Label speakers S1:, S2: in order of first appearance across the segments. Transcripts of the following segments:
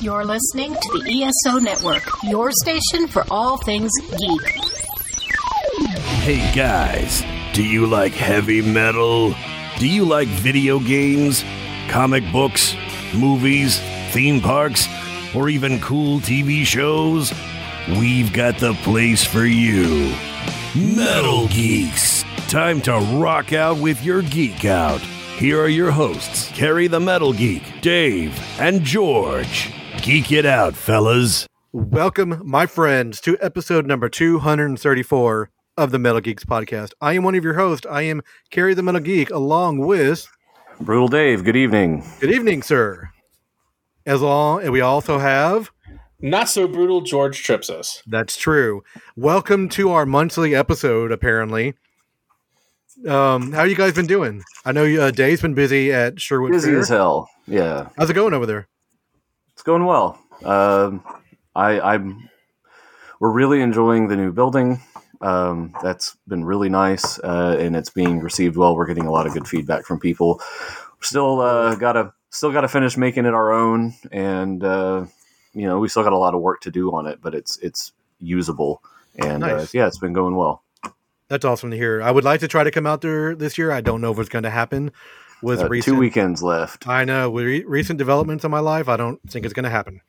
S1: You're listening to the ESO Network, your station for all things geek.
S2: Hey guys, do you like heavy metal? Do you like video games, comic books, movies, theme parks, or even cool TV shows? We've got the place for you. Metal Geeks. Time to rock out with your geek out. Here are your hosts, Carrie the Metal Geek, Dave, and George. Geek it out, fellas.
S3: Welcome, my friends, to episode number 234 of the Metal Geeks podcast. I am one of your hosts. I am Carrie the Metal Geek, along with
S4: Brutal Dave, good evening.
S3: Good Evening, Sir. As long and we also have
S5: Not so brutal George trips us.
S3: that's true. Welcome to our monthly episode, apparently. Um, how you guys been doing? I know uh, Dave's been busy at Sherwood
S4: Busy
S3: Fair.
S4: as hell. Yeah,
S3: How's it going over there?
S4: it's going well. Um, I, I'm. We're really enjoying the new building. Um, that's been really nice, uh, and it's being received well. We're getting a lot of good feedback from people. Still uh, gotta still gotta finish making it our own, and uh, you know we still got a lot of work to do on it, but it's it's usable, and uh,
S3: Nice.
S4: yeah, it's been going well.
S3: That's awesome to hear. I would like to try to come out there this year. I don't know if it's going to happen. With
S4: Uh,
S3: recent
S4: two weekends left.
S3: I know. With re- recent developments in my life, I don't think it's going to happen.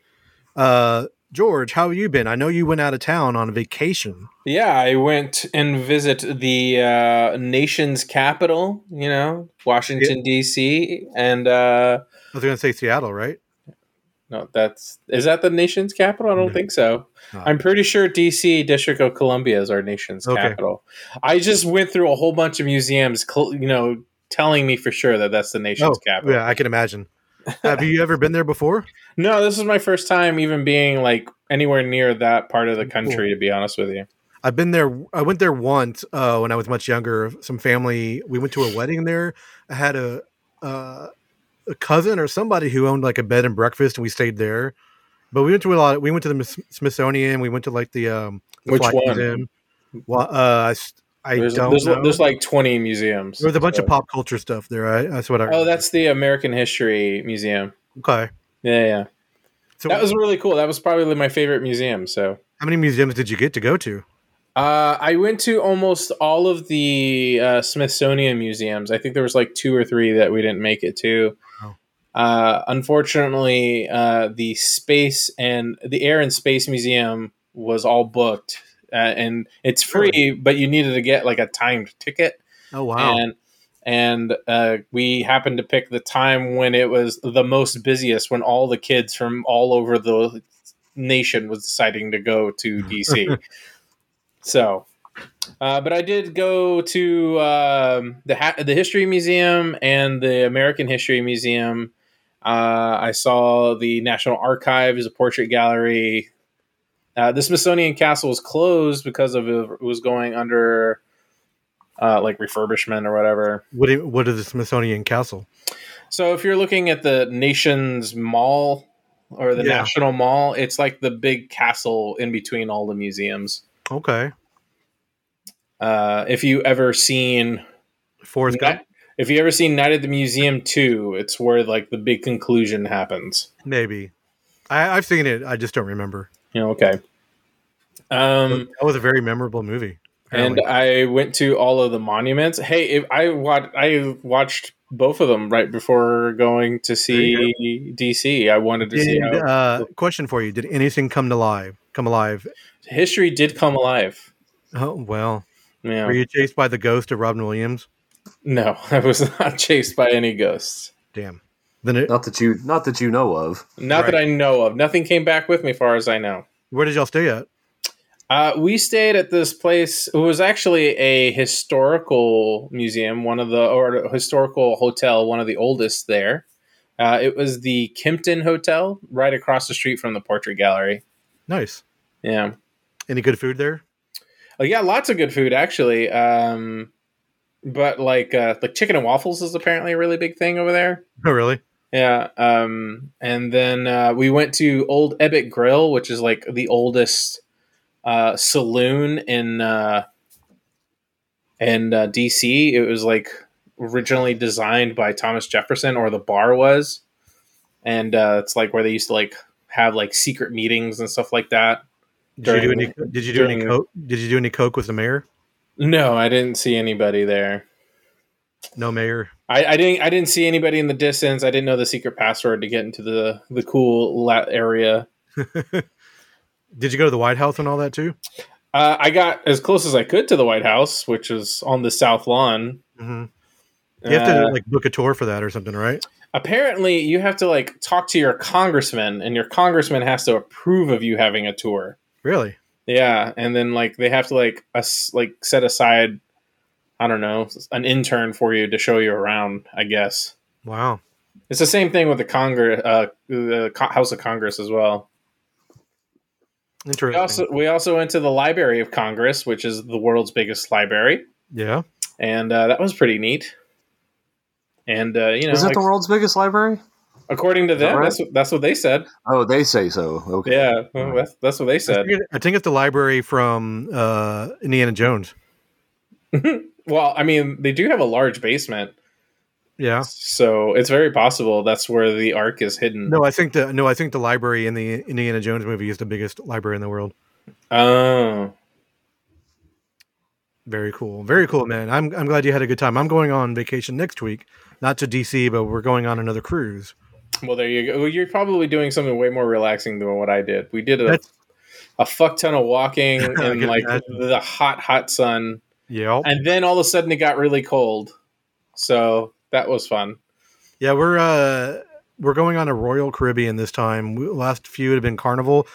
S3: Uh, George, how have you been? I know you went out of town on vacation.
S5: Yeah, I went and visit the uh, nation's capital, you know, Washington D.C. and uh,
S3: I was going to say Seattle, right?
S5: no, that's is that the nation's capital? I don't
S3: No.
S5: think so.
S3: No.
S5: I'm pretty sure D.C. District of Columbia is our nation's
S3: Okay.
S5: capital. I just went through a whole bunch of museums, cl- you know, telling me for sure that that's the nation's capital.
S3: Oh, yeah, I can imagine. have you ever been there before?
S5: No, this is my first time even being like anywhere near that part of the country. To be honest with you,
S3: I've been there. I went there once uh, when I was much younger. Some family. We went to a wedding there. I had a uh, a cousin or somebody who owned like a bed and breakfast, and we stayed there. But we went to a lot. we went to the Ms- Smithsonian. We went to like the um, the
S5: Which
S3: Flight
S5: one?
S3: Museum. Well, uh, I s- I
S5: there's,
S3: don't
S5: there's,
S3: know.
S5: there's like 20 museums.
S3: There was a bunch of
S5: so-
S3: pop culture stuff there. I, that's what I.
S5: Oh, that's the American History Museum.
S3: okay.
S5: Yeah, yeah.
S3: So,
S5: that was really cool. That was probably my favorite museum. So
S3: how many museums did you get to go to?
S5: uh, I went to almost all of the uh, Smithsonian museums. I think there was like two or three that we didn't make it to.
S3: Wow.
S5: Uh, unfortunately, uh, the space and the air and space museum was all booked, uh, and it's free, but you needed to get like a timed ticket.
S3: Oh wow,
S5: and and uh, we happened to pick the time when it was the most busiest when all the kids from all over the nation was deciding to go to DC. so, uh, but I did go to um, the ha- the history museum and the American History Museum. Uh, I saw the National Archives, a portrait gallery. Uh, the Smithsonian Castle was closed because of it was going under uh, like refurbishment or whatever.
S3: what i- what is the Smithsonian Castle?
S5: So if you're looking at the nation's mall or the
S3: Yeah.
S5: national mall, it's like the big castle in between all the museums.
S3: Okay,
S5: Uh, if you ever seen,
S3: Forrest Gump.
S5: if you ever seen Night at the Museum two, it's where like the big conclusion happens.
S3: Maybe. I, I've seen it. I just don't remember.
S5: You know, okay. Um,
S3: that was a very memorable movie.
S5: and
S3: apparently.
S5: I went to all of the monuments. Hey, if I wa- I watched both of them right before going to see DC. I wanted to see
S3: Did,
S5: how
S3: uh, question for you: Did anything come to life? Come alive?
S5: history did come alive.
S3: Oh well.
S5: Yeah.
S3: Were you chased by the ghost of Robin Williams?
S5: No, I was not chased by any ghosts.
S3: Damn. Then it,
S4: Not that you not that you know of.
S5: Not that
S3: Right.
S5: I know of. Nothing came back with me, far as I know.
S3: where did y'all stay at?
S5: Uh, we stayed at this place. It was actually a historical museum, one of the or a historical hotel, one of the oldest there. Uh, it was the Kempton Hotel, right across the street from the Portrait Gallery.
S3: Nice.
S5: Yeah,
S3: Any good food there?
S5: oh, yeah, lots of good food actually. Um, but like uh, like chicken and waffles is apparently a really big thing over there.
S3: Oh really?
S5: Yeah. Um, and then uh, we went to Old Ebbett Grill, which is like the oldest uh, saloon in uh, in uh, DC. It was like originally designed by Thomas Jefferson, or the bar was, and uh, it's like where they used to like have like secret meetings and stuff like that.
S3: Did you do
S5: During-
S3: any? Did you do any
S5: during-
S3: coke? Did you do any coke with the mayor?
S5: No, I didn't see anybody there.
S3: No mayor.
S5: I, I didn't. I didn't see anybody in the distance. I didn't know the secret password to get into the the cool la- area.
S3: Did you go to the White House and all that too?
S5: Uh, I got as close as I could to the White House, which is on the south lawn.
S3: hmm You have to
S5: Uh,
S3: like book a tour for that or something, right?
S5: apparently, you have to like talk to your congressman, and your congressman has to approve of you having a tour.
S3: Really?
S5: Yeah, and then like they have to like us like set aside, I don't know, an intern for you to show you around. I guess
S3: Wow.
S5: it's the same thing with the Congress, uh, the Co- House of Congress as well. We
S3: Interesting.
S5: also we also went to the Library of Congress, which is the world's biggest library,
S3: yeah.
S5: and uh, that was pretty neat. And uh, you know,
S6: Is it
S5: like,
S6: the world's biggest library?
S5: according to
S6: Is that
S5: them,
S6: right?
S5: that's what that's what they said.
S6: Oh, they say so. Okay.
S5: Yeah, well, that's, that's what they
S3: I
S5: said.
S3: think, it- I think it's the library from uh, Indiana Jones.
S5: Well, I mean, they do have a large basement,
S3: Yeah.
S5: so it's very possible that's where the Ark is hidden.
S3: No, I think the no, I think the library in the Indiana Jones movie is the biggest library in the world.
S5: Oh,
S3: Very cool. Very cool, man. I'm I'm glad you had a good time. I'm going on vacation next week, not to DC, but we're going on another cruise.
S5: well, there you go. Well, You're probably doing something way more relaxing than what I did. We did a,
S3: That's-
S5: a fuck ton of walking in
S3: can
S5: like
S3: imagine.
S5: the hot, hot sun,
S3: Yeah.
S5: and then all of a sudden it got really cold. So that was fun.
S3: Yeah, we're uh we're going on a Royal Caribbean this time. We, last few had been Carnival.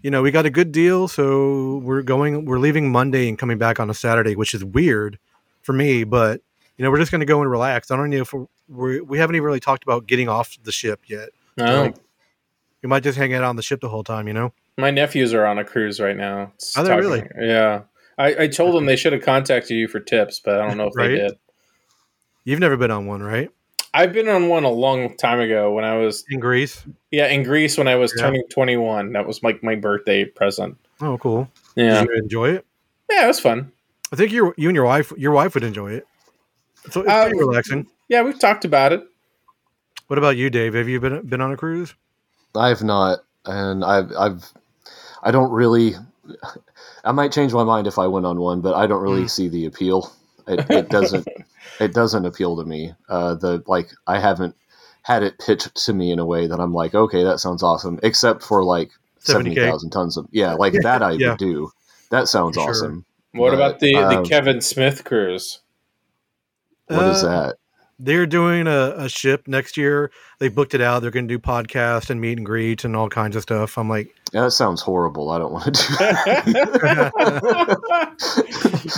S3: You know, we got a good deal, so we're going we're leaving Monday and coming back on a Saturday, which is weird for me, but you know, we're just going to go and relax. I don't know if we're, we we haven't even really talked about getting off the ship yet.
S5: Oh,
S3: Like, We might just hang out on the ship the whole time, you know.
S5: my nephews are on a cruise right now. It's
S3: Are they
S5: talking-
S3: really?
S5: Yeah. I, I told them they should have contacted you for tips, but I don't know if
S3: Right?
S5: they did.
S3: You've never been on one, right?
S5: I've been on one a long time ago when I was
S3: In Greece.
S5: yeah in Greece when I was
S3: Yeah.
S5: turning twenty one. That was like my birthday present.
S3: Oh, cool.
S5: Yeah,
S3: Did you enjoy it?
S5: yeah, it was fun.
S3: I think you you and your wife your wife would enjoy it. So it's
S5: Uh,
S3: pretty
S6: Um,
S3: relaxing.
S5: Yeah, we've talked about it.
S3: What about you, Dave? Have you been been on a cruise?
S6: I've not, and I've I've I don't really. I might change my mind if I went on one, but I don't
S3: Mm.
S6: really see the appeal. It, it doesn't it doesn't appeal to me. Uh, the like I haven't had it pitched to me in a way that I'm like, okay, that sounds awesome. Except for like
S3: 70K.
S6: seventy thousand tons of yeah, like that I
S3: Yeah.
S6: would do. That sounds
S3: Sure.
S6: awesome.
S5: What
S6: But,
S5: about the,
S6: um,
S5: the Kevin Smith cruise?
S6: What is
S3: Uh,
S6: that?
S3: They're doing a, a ship next year. They booked it out. They're going to do podcasts and meet and greet and all kinds of stuff. I'm like,
S6: Yeah, that sounds horrible. I don't want to do
S5: but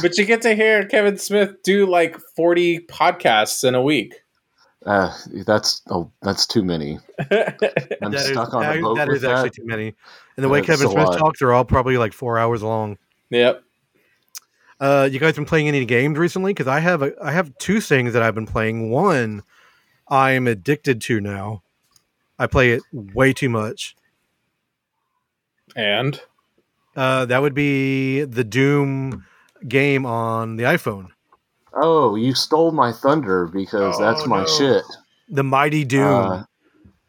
S6: that.
S5: you get to hear Kevin Smith do like 40 podcasts in a week.
S6: uh, that's oh, that's too many. I'm
S3: that is
S6: stuck on
S3: that-
S6: a boat
S3: that
S6: with
S3: is actually too many. And the
S6: That
S3: way
S6: is
S3: Kevin
S6: a
S3: Smith
S6: lot.
S3: talks, they're all probably like four hours long.
S5: yep.
S3: Uh, you guys been playing any games recently? Because I have a, I have two things that I've been playing. One, I am addicted to now. I play it way too much.
S5: And
S3: Uh, that would be the Doom game on the iPhone,
S6: Oh, you stole my thunder because
S5: Oh,
S6: that's my
S5: no.
S6: shit.
S3: the Mighty Doom.
S6: Uh,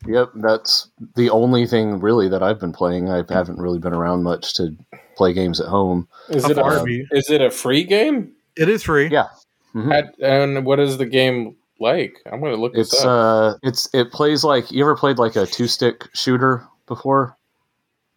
S6: yep, that's the only thing really that I've been playing. I haven't really been around much to play games at home.
S5: is
S3: How
S5: it,
S3: far
S5: a,
S3: have you-
S5: is it a free game?
S3: It is free.
S6: Yeah. Mhm.
S5: At- and what is the game like? I'm going to look this
S6: It's
S5: up.
S6: uh, it's it plays like you ever played like a two stick shooter before,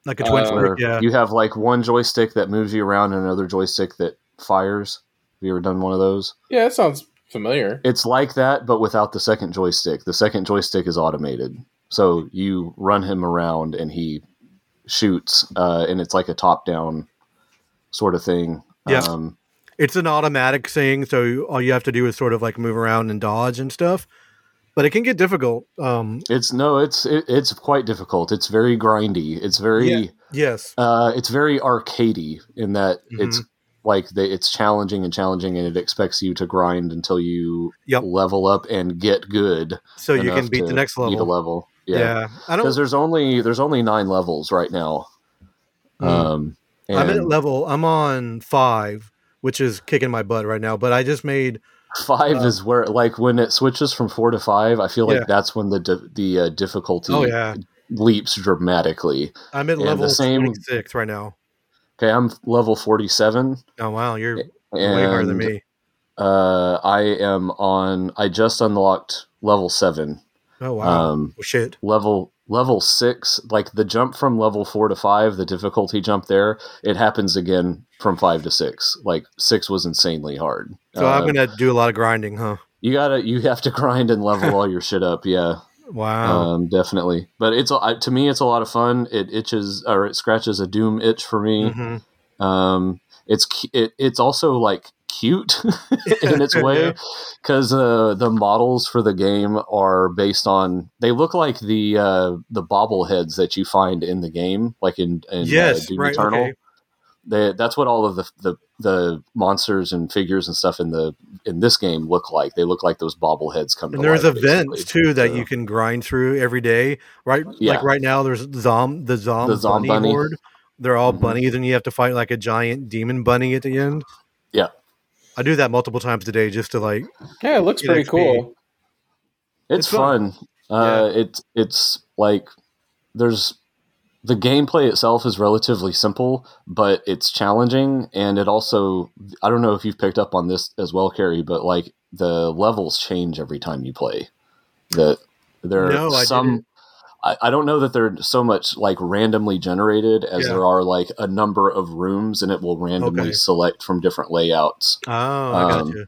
S3: like a twin
S5: Uh,
S3: stick.
S6: where
S3: Yeah,
S6: you have like one joystick that moves you around and another joystick that fires. Have you ever done one of those?
S5: yeah, that sounds familiar.
S6: It's like that, but without the second joystick. The second joystick is automated, so you run him around and he shoots, uh, and it's like a top-down sort of thing.
S3: Yeah.
S6: Um,
S3: it's an automatic thing, so you- all you have to do is sort of like move around and dodge and stuff. But it can get difficult. Um,
S6: it's no, it's it, it's quite difficult. It's very grindy. It's very
S5: Yeah.
S3: yes,
S6: uh, it's very arcadey in that it's
S3: Mhm.
S6: like they, it's challenging and challenging, and it expects you to grind until you
S3: Yep.
S6: level up and get good.
S3: so you can
S6: enough
S3: beat
S6: to
S3: the next
S6: beat a
S3: level.
S6: level.
S3: Yeah.
S6: yeah.
S3: I
S6: because
S3: don't.
S6: there's only there's only nine levels right now.
S3: Mm.
S6: Um, and
S3: I'm at level. I'm on five, which is kicking my butt right now. But I just made.
S6: five
S3: uh,
S6: is where like when it switches from four to five, I feel like
S3: Yeah.
S6: that's when the di- the uh, difficulty
S3: Oh yeah,
S6: leaps dramatically.
S3: I'm at
S6: And the
S3: level
S6: same-
S3: 26 right now.
S6: Okay, I'm level 47
S3: Oh wow, you're
S6: and
S3: way higher than me.
S6: Uh, I am on I just unlocked level 7.
S3: Oh wow,
S6: Um
S3: Oh, shit.
S6: level level 6 like the jump from level 4 to 5, the difficulty jump there, it happens again from 5 to 6. Like 6 was insanely hard.
S3: So
S6: Uh,
S3: I'm gonna do a lot of grinding, huh?
S6: you got to you have to grind and level all your shit up, yeah.
S3: Wow.
S6: um, definitely. But it's a- I- to me, it's a lot of fun. It itches or it scratches a Doom itch for me.
S3: hmm
S6: Um, it's cu- it, it's also like cute in its way
S3: Yeah.
S6: because uh, the models for the game are based on they look like the uh, the bobbleheads that you find in the game, like in, in uh,
S3: Yes,
S6: Doom
S3: right.
S6: Eternal.
S3: Okay.
S6: They, that's what all of the, the the monsters and figures and stuff in the in this game look like. They look like those bobbleheads come.
S3: And
S6: to
S3: there's
S6: life,
S3: events
S6: basically.
S3: too that
S6: So-
S3: you can grind through every day. Right,
S6: Yeah.
S3: like right now, there's zom the zom
S6: The Zom
S3: bunny,
S6: bunny.
S3: horde. They're all
S6: Mhm.
S3: bunnies, and you have to fight like a giant demon bunny at the end.
S6: Yeah.
S3: I do that multiple times today just to like.
S5: Yeah, it looks
S3: Get
S5: pretty
S3: XP.
S5: cool.
S6: it's,
S3: It's fun.
S6: fun. Uh, It's it's like there's the gameplay itself is relatively simple, but it's challenging, and it also I don't know if you've picked up on this as well, Carrie, but like the levels change every time you play. That there are
S3: No, I
S6: some.
S3: didn't.
S6: I, I don't know that they're so much like randomly generated as
S3: Yeah.
S6: there are like a number of rooms, and it will randomly
S3: Okay.
S6: select from different layouts.
S3: Oh, I got
S6: Um,
S3: you.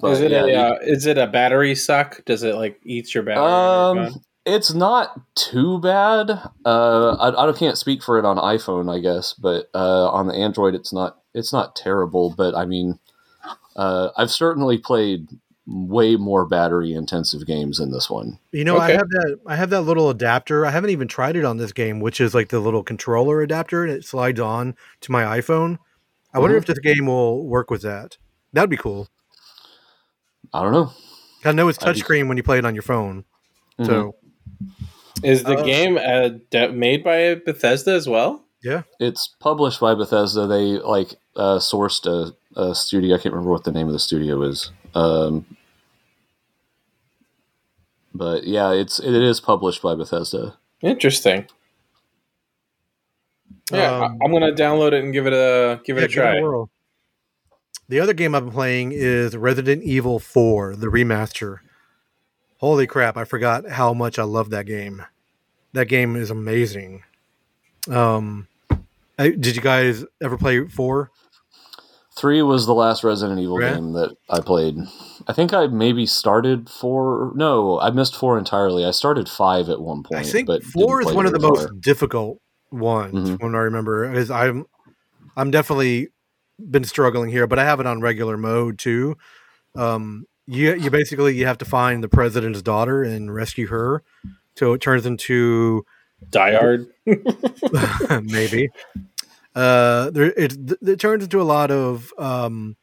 S6: But
S5: is it
S6: yeah,
S5: a
S6: you-
S5: uh, is it a battery suck? Does it like eat your battery? when you're
S6: Um,
S5: done?
S6: it's not too bad. Uh, I, I can't speak for it on iPhone, I guess, but uh, on the Android, it's not it's not terrible. But I mean, uh, I've certainly played way more battery intensive games in this one.
S3: You know,
S5: Okay.
S3: I have that. I have that little adapter. I haven't even tried it on this game, which is like the little controller adapter, and it slides on to my iPhone. I wonder
S6: Mhm.
S3: if this game will work with that. That'd be cool.
S6: I don't know.
S3: I know it's
S6: That'd be-
S3: touchscreen when you play it on your phone.
S6: Mhm.
S3: So
S5: Is the
S3: uh,
S5: game uh, de- made by Bethesda as well?
S6: it's published by Bethesda. They like uh, sourced a, a studio. I can't remember what the name of the studio is. Um, but yeah, it's it is published by Bethesda.
S5: Interesting. Yeah,
S3: um,
S5: I, am gonna download it and give it a give it
S3: yeah,
S5: a
S3: give it
S5: try.
S3: whirl. The other game I've been playing is Resident Evil 4, the remaster. Holy crap, I forgot how much I love that game. That game is amazing. Um I- did you guys ever play 4?
S6: Three was the last Resident Evil
S3: Right.
S6: game that I played. I think I maybe started four. No, I missed four entirely. I started five at one point.
S3: I think
S6: but
S3: four
S6: didn't
S3: is
S6: play
S3: one of the
S6: very
S3: most
S6: far.
S3: difficult ones
S6: Mhm.
S3: when I remember because I'm I'm definitely been struggling here, but I have it on regular mode too. Um, you you basically you have to find the president's daughter and rescue her, so it turns into
S5: Die Hard.
S3: maybe uh, there it it turns into a lot of um,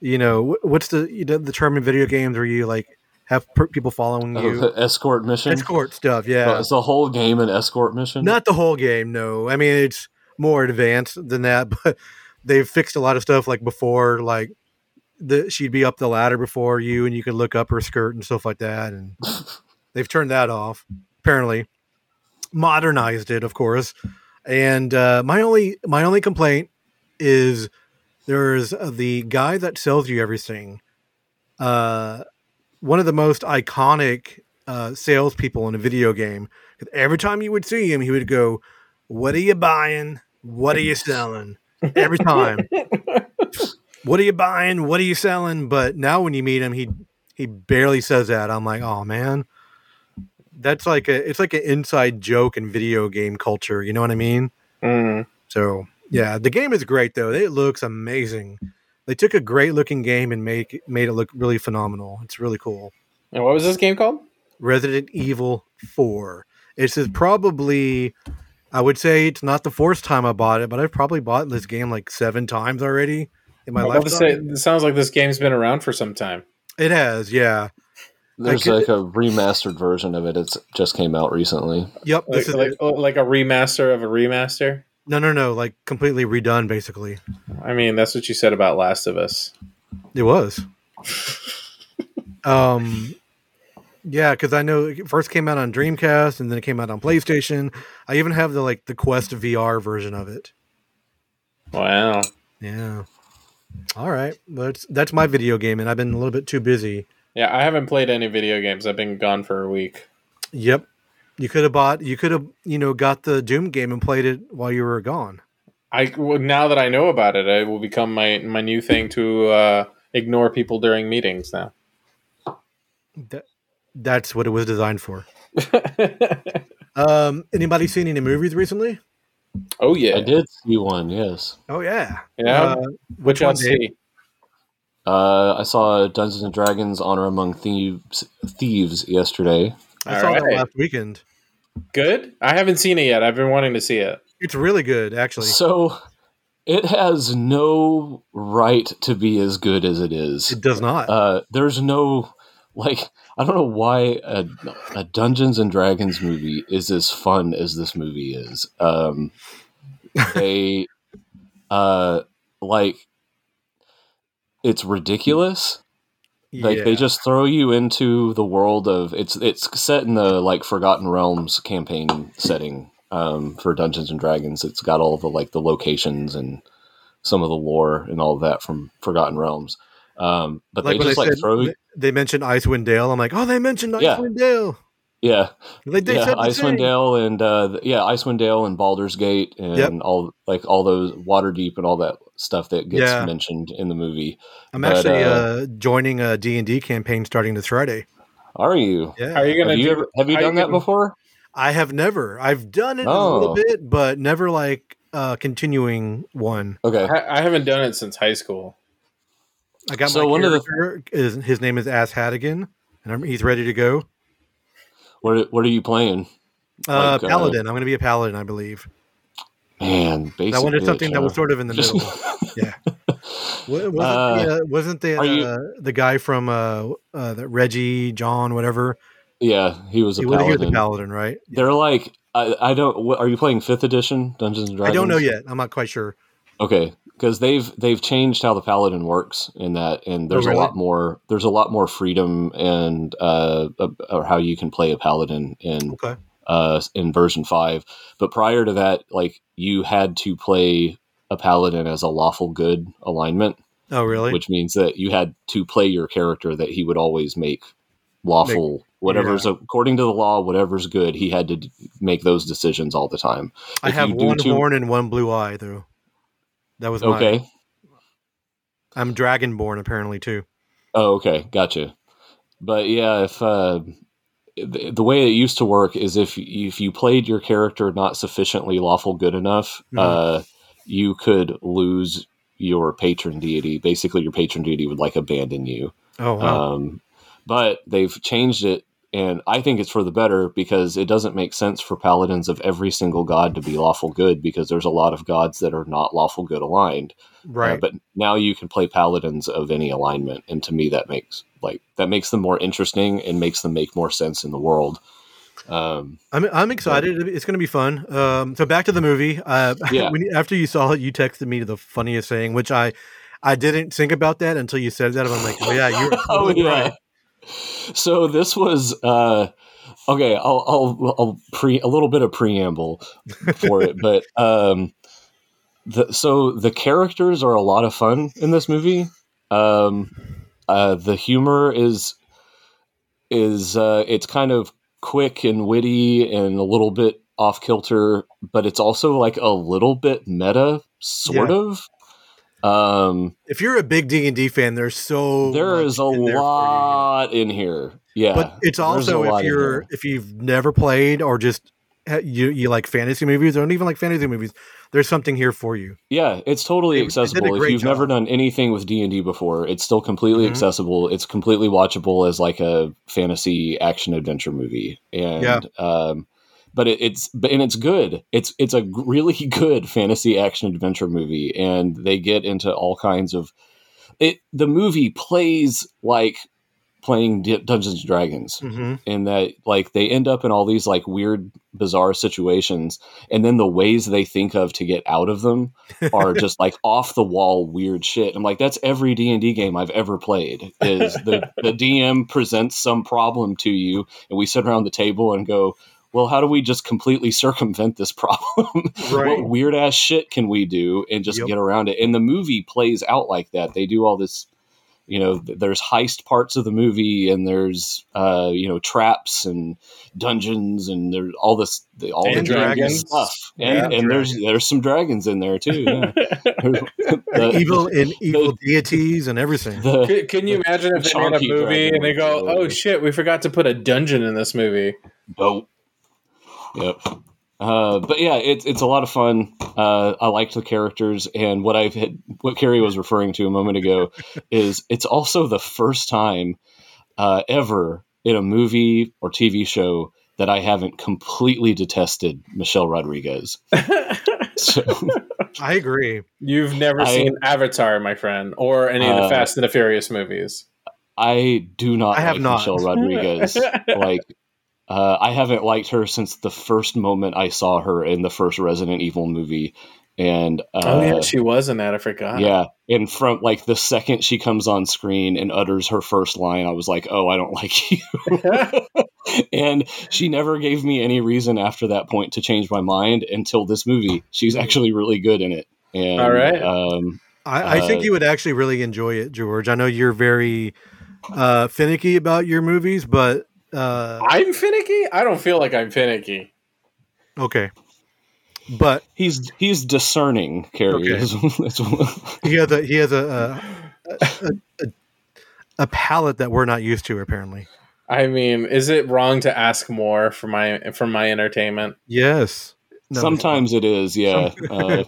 S3: you know wh- what's the you know, the term in video games where you like have per- people following you
S6: Oh, escort mission.
S3: escort stuff, yeah.
S6: Oh, It's the whole game an escort mission.
S3: Not the whole game, no. I mean, it's more advanced than that, but they've fixed a lot of stuff like before, like the she'd be up the ladder before you and you could look up her skirt and stuff like that and they've turned that off apparently. Modernized it, of course. And uh, my only my only complaint is there's the guy that sells you everything. Uh, one of the most iconic uh, salespeople in a video game. Every time you would see him, he would go, "What are you buying? What are you selling?" Every time. what are you buying? What are you selling? But now when you meet him, he he barely says that. I'm like, oh man, that's like a it's like an inside joke in video game culture. You know what I mean?
S5: Mm.
S3: So yeah, the game is great though. It looks amazing. They took a great looking game and make made it look really phenomenal. It's really cool.
S5: And what was this game called?
S3: Resident Evil 4. This
S5: Mm-hmm.
S3: is probably I would say it's not the fourth time I bought it, but I've probably bought this game like seven times already in my
S5: I'm about to say,
S3: lifetime.
S5: it sounds like this game's been around for some time.
S3: It has, yeah.
S6: There's
S3: could-
S6: like a remastered version of it. It's just came out recently.
S3: Yep.
S5: Like,
S3: This
S5: like,
S3: is it.
S5: like a remaster of a remaster.
S3: no, no, no. Like completely redone, basically.
S5: I mean, that's what you said about Last of Us.
S3: It was. um, Yeah, because I know it first came out on Dreamcast and then it came out on PlayStation. I even have the like the Quest VR version of it.
S5: Wow.
S3: Yeah. All right, that's that's my video game, and I've been a little bit too busy.
S5: Yeah, I haven't played any video games. I've been gone for a week.
S3: Yep. You could have bought. You could have you know got the Doom game and played it while you were gone.
S5: I well, now that I know about it, it will become my my new thing to uh, ignore people during meetings now.
S3: That, that's what it was designed for. um, anybody seen any movies recently?
S5: oh yeah,
S6: I did see one. Yes,
S3: Oh yeah.
S5: yeah.
S3: Uh,
S5: Which
S3: one,
S5: one? See,
S6: uh, I saw Dungeons and Dragons: Honor Among Thieves thieves yesterday.
S3: I
S5: All
S3: saw that
S5: right.
S3: last weekend.
S5: good. I haven't seen it yet. I've been wanting to see it.
S3: It's really good, actually.
S6: So it has no right to be as good as it is.
S3: It does not.
S6: Uh, there's no like I don't know why a, a Dungeons and Dragons movie is as fun as this movie is. Um, they uh, like it's ridiculous. Like they
S3: Yeah.
S6: just throw you into the world of it's it's set in the like Forgotten Realms campaign setting um, for Dungeons and Dragons. It's got all the like the locations and some of the lore and all of that from Forgotten Realms. Um, but
S3: like
S6: they
S3: when
S6: just like
S3: said,
S6: throw
S3: they- they mentioned Icewind Dale. I'm like, oh, they mentioned
S6: Yeah.
S3: Icewind Dale.
S6: yeah
S3: Like they
S6: yeah
S3: said the
S6: Icewind
S3: same.
S6: Dale and uh, th- yeah Icewind Dale and Baldur's Gate and
S3: Yep.
S6: all like all those Waterdeep and all that stuff that gets
S3: Yeah.
S6: mentioned in the movie.
S3: I'm
S6: but,
S3: actually
S6: uh,
S3: uh, joining a D and D campaign starting this Friday.
S6: Are you?
S3: Yeah,
S5: Are you gonna
S6: Have you
S5: do?
S6: ever have you
S5: how you
S6: done that
S5: gonna-
S6: before?
S3: I have never. I've done it a
S6: Oh.
S3: little bit, but never like uh, continuing one.
S6: Okay.
S5: I, I haven't done it since high school.
S3: I got
S6: So
S3: my
S6: one of the-
S3: character. Is, his name is Ass Hadigan, and I'm, he's ready to go.
S6: What are- what are you playing?
S3: Uh,
S6: Like, uh,
S3: paladin. I'm going to be a paladin, I believe.
S6: Man, basic.
S3: I wanted
S6: bitch,
S3: something that
S6: huh?
S3: was sort of in the
S6: Just-
S3: middle. yeah. Wa- Wasn't the, uh, wasn't the, uh,
S6: are you-
S3: the guy from uh, uh, the Reggie John whatever?
S6: yeah, he was a
S3: He was, he was
S6: paladin.
S3: a paladin, right?
S6: They're like, I, I don't. What, are you playing Fifth Edition Dungeons
S3: I
S6: and Dragons?
S3: don't know yet. I'm not quite sure.
S6: Okay, because they've they've changed how the paladin works in that, and there's
S3: Oh, really?
S6: a lot more. There's a lot more freedom and uh, ab- or how you can play a paladin in
S3: Okay.
S6: uh, in version five. But prior to that, like you had to play a paladin as a lawful good alignment,
S3: Oh, really?
S6: which means that you had to play your character that he would always make lawful whatever's according to the law whatever's good he had to d- make those decisions all the time
S3: I
S6: if
S3: have
S6: you do
S3: one
S6: too-
S3: horn and one blue eye, though. That was okay.
S6: okay
S3: Mine. I'm dragonborn, apparently, too.
S6: Oh, okay, gotcha. But yeah, if uh, the, the way it used to work is if if you played your character not sufficiently lawful good enough,
S3: Mhm.
S6: uh, you could lose your patron deity. Basically, your patron deity would like abandon you.
S3: Oh, wow.
S6: Um, but they've changed it, and I think it's for the better because it doesn't make sense for paladins of every single god to be lawful good because there's a lot of gods that are not lawful good aligned. Uh,
S3: right.
S6: but now you can play paladins of any alignment, and to me that makes like that makes them more interesting and makes them make more sense in the world. Um,
S3: I'm, I'm excited. It's going to be fun. Um, so back to the movie. Uh,
S6: Yeah.
S3: when you- after you saw it, you texted me the funniest thing, which I, I didn't think about that until you said that. I'm like, oh yeah, you.
S6: oh yeah. So this was uh, okay. I'll, I'll I'll pre a little bit of preamble for it, but um, the, so the characters are a lot of fun in this movie. Um, uh, the humor is is uh, it's kind of quick and witty and a little bit off kilter, but it's also like a little bit meta, sort of. Um,
S3: If you're a big D and D fan, there's so
S6: there
S3: much
S6: is a
S3: in there for you.
S6: lot in here. Yeah,
S3: But it's
S6: there's a
S3: also
S6: lot
S3: if
S6: in
S3: you're
S6: here.
S3: if you've never played or just ha- you you like fantasy movies or don't even like fantasy movies, there's something here for you.
S6: yeah, it's totally
S3: they- they did a
S6: accessible. If
S3: great
S6: you've never
S3: job.
S6: done anything with D and D before, it's still completely
S3: Mhm.
S6: accessible. It's completely watchable as like a fantasy action adventure movie, and
S3: Yeah.
S6: um, but it, it's but and it's good. It's it's a g- really good fantasy action adventure movie, and they get into all kinds of it. The movie plays like playing D- Dungeons and Dragons
S3: hmm
S6: in that like they end up in all these like weird bizarre situations and then the ways they think of to get out of them are just like off the wall weird shit i'm like that's every d&d game i've ever played is the, the dm presents some problem to you and we sit around the table and go well how do we just completely circumvent this problem
S3: Right.
S6: what weird ass shit can we do and just
S3: Yep.
S6: get around it and the movie plays out like that they do all this you know th- there's heist parts of the movie and there's uh you know traps and dungeons and there's all this the, all
S5: And
S6: the
S5: dragons.
S6: dragon stuff and,
S3: Yeah.
S6: and there's there's some dragons in there too yeah. The-
S3: evil and evil deities and everything.
S6: the-
S5: Can, can you imagine if they made a
S6: Chonky
S5: movie
S6: dragon
S5: and they go,
S6: would be-
S5: "Oh shit, we forgot to put a dungeon in this movie"?
S6: Dope. Yep. Uh, but yeah, it's it's a lot of fun. Uh, I liked the characters, and what I've had, what Carrie was referring to a moment ago is it's also the first time uh, ever in a movie or TV show that I haven't completely detested Michelle Rodriguez. So
S3: I agree.
S5: You've never
S6: I-
S5: seen Avatar, my friend, or any of the
S6: Uh,
S5: Fast and the Furious movies.
S6: I do not
S3: I have
S6: like
S3: not.
S6: Michelle Rodriguez. like uh, I haven't liked her since the first moment I saw her in the first Resident Evil movie, and uh,
S5: oh yeah, she was in that. I forgot.
S6: Yeah. And from like the second she comes on screen and utters her first line, I was like, oh, I don't like you. and she never gave me any reason after that point to change my mind until this movie. She's actually really good in it. And,
S5: All right.
S6: Um,
S3: I, I think
S6: Uh,
S3: you would actually really enjoy it, George. I know you're very uh, finicky about your movies, but uh,
S5: I'm finicky. I don't feel like I'm finicky.
S3: okay. But
S6: he's he's discerning, Carrie.
S3: Okay.
S6: That's what-
S3: he has a he has a a, a, a, a palette that we're not used to, apparently.
S5: I mean, is it wrong to ask more for my for my entertainment?
S3: Yes. No.
S6: sometimes it is, yeah. Uh,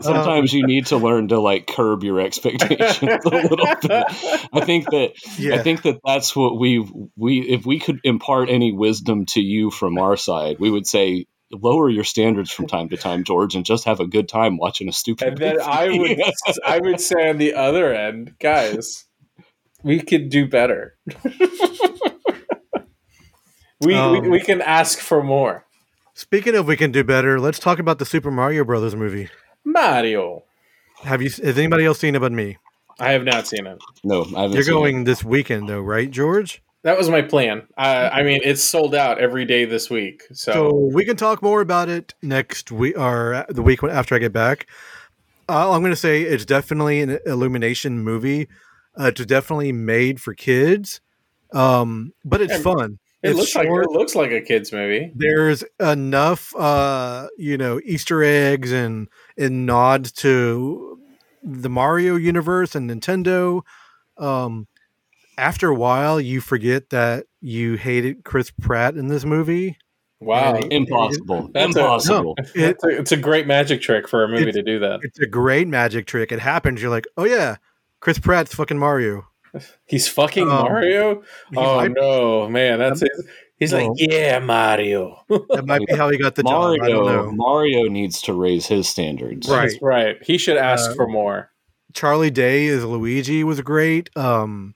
S6: sometimes you need to learn to like curb your expectations a little bit. I think that
S3: Yeah.
S6: I think that that's what we we if we could impart any wisdom to you from our side, we would say lower your standards from time to time, George, and just have a good time watching a stupid.
S5: And then I
S6: movie.
S5: would I would say on the other end, guys, we could do better. we, we
S3: Um,
S5: we can ask for more.
S3: Speaking of, we can do better. Let's talk about the Super Mario Brothers movie.
S5: Mario.
S3: Have you? Has anybody else seen it but me?
S5: I have not seen it.
S6: no, I haven't
S3: You're
S6: seen it.
S3: going this weekend, though, right, George?
S5: That was my plan. Uh, I mean, it's sold out every day this week.
S3: So
S5: So,
S3: we can talk more about it next week or the week when- after I get back. All I'm going to say it's definitely an Illumination movie. Uh, it's definitely made for kids, um, but it's
S5: Yeah,
S3: fun.
S5: it
S3: it's
S5: looks like
S3: short.
S5: it looks like a kids movie.
S3: There's enough, uh, you know, Easter eggs and and nods to the Mario universe and Nintendo. Um, after a while, you forget that you hated Chris Pratt in this movie.
S5: Wow,
S3: Yeah.
S6: Impossible.
S5: That's a-
S6: Impossible.
S3: It,
S5: it's, a, it's a great magic trick for a movie
S3: It's-
S5: to do that.
S3: it's a great magic trick. It happens. You're like, oh yeah, Chris Pratt's fucking Mario.
S5: He's fucking
S3: Um,
S5: Mario.
S3: He
S5: Oh
S3: might-
S5: no, man, that's it. He's
S3: Well-
S5: like, yeah, Mario.
S3: that might be how he got the job. I don't
S6: Mario
S3: know.
S6: Mario needs to raise his standards.
S3: Right.
S5: That's right. He should ask
S3: Uh,
S5: for more.
S3: Charlie Day is Luigi was great. Um,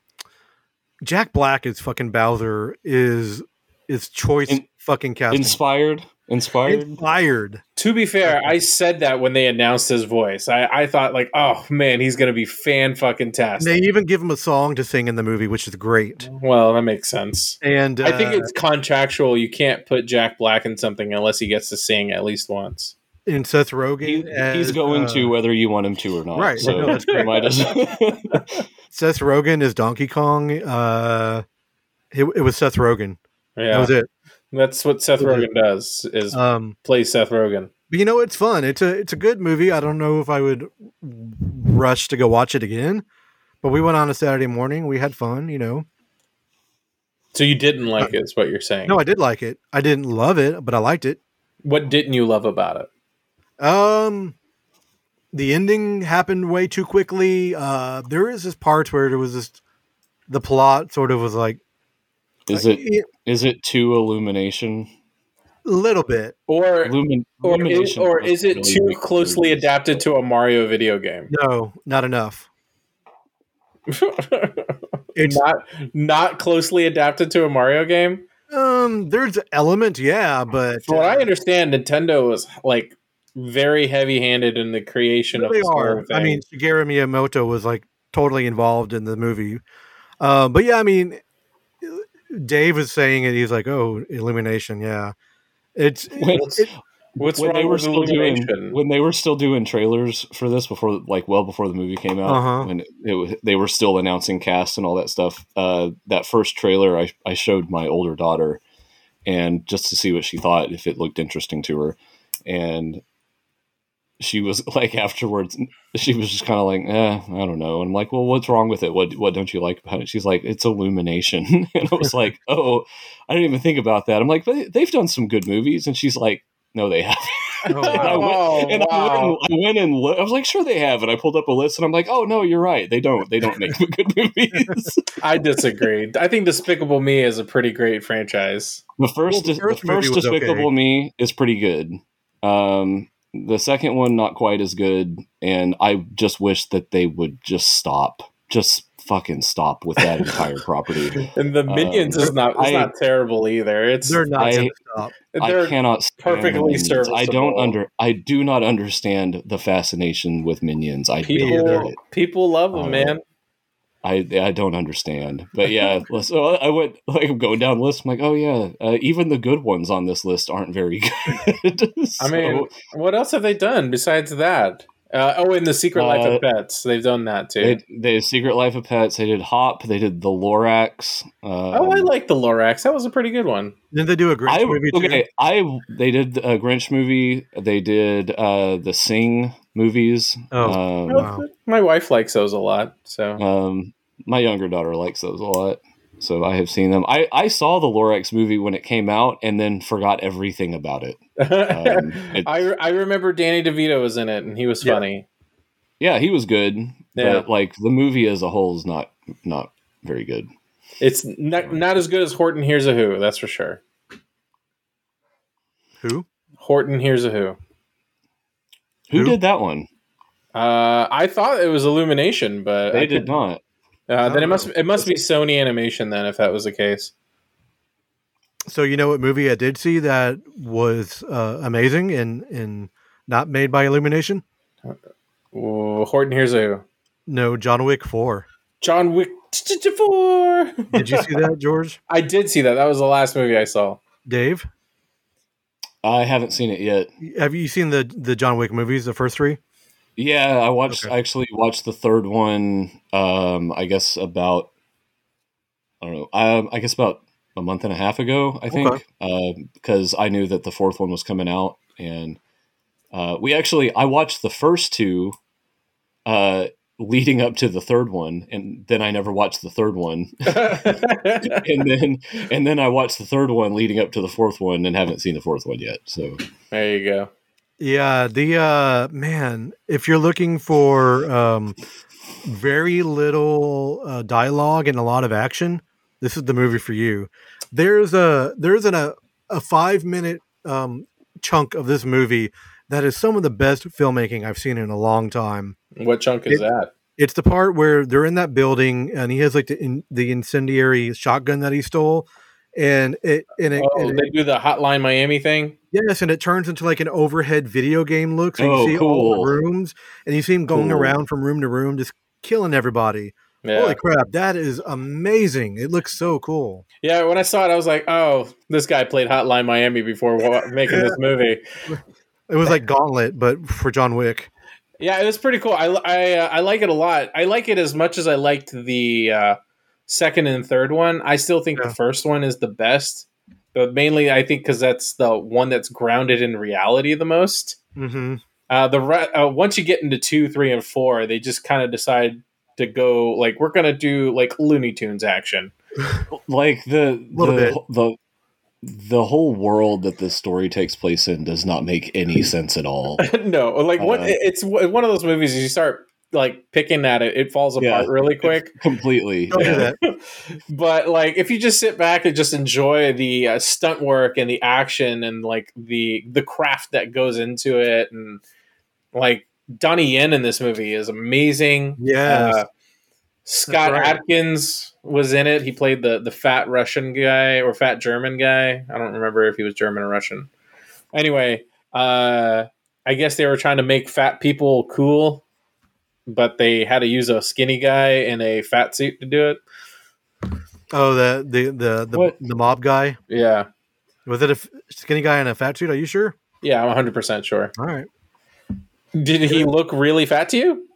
S3: Jack Black is fucking Bowser is is choice
S6: In-
S3: fucking casting.
S6: Inspired. Inspired.
S3: Inspired.
S5: To be fair, I said that when they announced his voice. I, I thought like, oh man, he's gonna be fan fucking
S3: And
S5: tastic.
S3: they even give him a song to sing in the movie, which is great.
S5: Well, that makes sense.
S3: And uh,
S5: I think it's contractual. You can't put Jack Black in something unless he gets to sing at least once.
S3: in Seth Rogen,
S6: He- he's
S3: as,
S6: going
S3: uh,
S6: to whether you want him to or not.
S3: Right.
S6: So
S3: No, that's great.
S6: might as
S3: Seth Rogen is Donkey Kong. Uh, it, it was Seth Rogen. That
S5: Yeah,
S3: was it.
S5: that's what Seth
S3: That was
S5: Rogen does is
S3: Um,
S5: play Seth Rogen.
S3: But you know, it's fun. It's a it's a good movie. I don't know if I would rush to go watch it again, but we went on a Saturday morning. We had fun. You know,
S5: So you didn't like it, is what you're saying.
S3: uh, no, I did like it. I didn't love it, but I liked it.
S5: what didn't you love about it?
S3: Um, the ending happened way too quickly. Uh, there is this part where there was this the plot sort of was like "Eh,
S6: is it
S3: a
S6: Is it too illumination?
S3: little bit.
S5: Or
S6: Illumin-
S5: or is,
S6: illumination
S5: or is it
S6: really
S5: too
S6: weak
S5: closely
S6: movies.
S5: adapted to a Mario video game?
S3: No, not enough. It's-
S5: not not closely adapted to a Mario game.
S3: Um, there's an element, yeah, but
S5: From what
S3: uh,
S5: I understand, Nintendo was like very heavy-handed in the creation of
S3: they
S5: this whole
S3: are.
S5: thing.
S3: I mean, Shigeru Miyamoto was like totally involved in the movie. Uh, but yeah, I mean, Dave was saying it. He's like, "Oh, Illumination, yeah." It's
S6: When-
S5: What's- what's
S6: when
S5: wrong
S6: they were
S5: with
S6: still doing
S5: Illumination?
S6: when they were still doing trailers for this before like well before the movie came out
S3: Uh-huh.
S6: when it, was- they were still announcing cast and all that stuff uh, that first trailer I, I showed my older daughter and just to see what she thought if it looked interesting to her and she was like afterwards she was just kind of like eh, i don't know and i'm like well what's wrong with it what what don't you like about it she's like it's illumination and i was like oh i didn't even think about that i'm like but they've done some good movies and she's like no they haven't
S3: oh,
S6: And I
S3: wow.
S6: went-
S5: Oh,
S6: and I,
S5: wow.
S6: went and, I went and looked. I was like, sure they have. And I pulled up a list and I'm like, oh, no, you're right. They don't. They don't make good movies.
S5: I disagree. I think Despicable Me is a pretty great franchise.
S6: the first,
S3: the
S6: the
S3: first
S6: first,
S3: movie was okay.
S6: Despicable Me is pretty good. Um, the second one, not quite as good. And I just wish that they would just stop. Just fucking stop with that entire property.
S5: And the Minions is not it's
S6: Um, I-
S5: not terrible either. It's
S3: they're not
S6: I-
S3: gonna stop.
S5: they're
S6: I cannot stand
S5: perfectly
S6: minions. I don't
S5: serviceable.
S6: under. I do not understand the fascination with minions. I don't get
S5: people
S6: it.
S5: people love them,
S6: Uh,
S5: man.
S6: I I don't understand, but yeah. so I I went like I'm going down the list. I'm like, oh yeah, uh, even the good ones on this list aren't very good.
S5: I
S6: So
S5: mean, what else have they done besides that? Uh, oh, and the Secret Life
S6: Uh,
S5: of Pets. They've done that too.
S6: they, they did Secret Life of Pets. They did Hop. They did the Lorax. Um,
S5: oh, I like the Lorax. That was a pretty good one.
S3: Didn't they do a Grinch
S6: I,
S3: movie too?
S6: okay, I they did a Grinch movie. They did uh, the Sing movies.
S3: Oh.
S6: Um,
S3: Wow.
S5: My wife likes those a lot. So
S6: Um, my younger daughter likes those a lot, so I have seen them. I, I saw the Lorax movie when it came out, and then forgot everything about it. um, it's-
S5: I I remember Danny DeVito was in it, and he was
S3: Yeah.
S5: funny.
S6: Yeah, he was good,
S5: Yeah.
S6: but like the movie as a whole is not not very good.
S5: It's not not as good as Horton Hears a Who. That's for sure.
S3: Who?
S5: Horton Hears a Who.
S6: Who,
S3: Who?
S6: did that one?
S5: Uh, I thought it was Illumination, but I
S6: They
S5: could-
S6: did not.
S5: Uh, then it must
S3: Oh.
S5: it must be Sony Animation then, if that was the case.
S3: So you know what movie I did see that was uh, amazing and and not made by Illumination?
S5: Ooh, Horton here's a
S3: No, John Wick Four.
S5: John Wick t- t- four.
S3: Did you see that, George?
S5: I did see that. That was the last movie I saw.
S3: Dave,
S6: I haven't seen it yet.
S3: have you seen the the John Wick movies, the first three?
S6: Yeah, I watched.
S3: Okay.
S6: I actually watched the third one. Um, I guess about I don't know. Um, I guess about a month and a half ago. I
S3: Okay.
S6: think because I knew that the fourth one was coming out, and uh, we actually I watched the first two uh, leading up to the third one, and then I never watched the third one. and then and then I watched the third one leading up to the fourth one and haven't seen the fourth one yet. So
S5: there you go.
S3: Yeah, the uh man, if you're looking for um very little uh, dialogue and a lot of action, this is the movie for you. There's a there's an, a a 5 minute um chunk of this movie that is some of the best filmmaking I've seen in a long time.
S5: What chunk is
S3: It-
S5: that?
S3: It's the part where they're in that building and he has like the in, the incendiary shotgun that he stole and it and it,
S5: Oh,
S3: and it-
S5: they do the Hotline Miami thing.
S3: Yes, and it turns into like an overhead video game look. So you
S6: Oh,
S3: see all
S6: cool.
S3: the rooms and you see him going
S6: Cool.
S3: around from room to room, just killing everybody.
S5: Yeah,
S3: Holy crap, that is amazing. It looks so cool.
S5: yeah. When I saw it, I was like, "Oh, this guy played Hotline Miami before wa- making this movie."
S3: It was like Gauntlet, but for John Wick.
S5: Yeah, it was pretty cool. I I, uh, I like it a lot. I like it as much as I liked the uh, second and third one. I still think
S3: Yeah.
S5: the first one is the best, but mainly I think because that's the one that's grounded in reality the most.
S3: Mm-hmm.
S5: Uh, the re- uh, once you get into two, three, and four, they just kind of decide to go like we're gonna do like Looney Tunes action.
S6: like the
S3: Little
S6: the,
S3: bit.
S6: the the whole world that this story takes place in does not make any sense at all.
S5: no, like what
S6: Uh,
S5: it's w- one of those movies you start like picking at it, it falls
S6: Yeah,
S5: apart really quick.
S6: Completely.
S3: Don't do
S6: Yeah.
S3: that.
S5: but like if you just sit back and just enjoy the uh, stunt work and the action and like the the craft that goes into it and like donnie yen in this movie is amazing
S3: Yes.
S5: Uh, Scott
S3: right.
S5: Adkins was in it. He played the the fat Russian guy or fat German guy. I don't remember if he was German or Russian. Anyway, uh, I guess they were trying to make fat people cool, but they had to use a skinny guy in a fat suit to do it.
S3: Oh, the the the the,
S5: What?
S3: the mob guy
S5: Yeah,
S3: was it a f- skinny guy in a fat suit? Are you sure?
S5: yeah, I'm 100 percent sure.
S3: All right,
S5: Did he look really fat to you?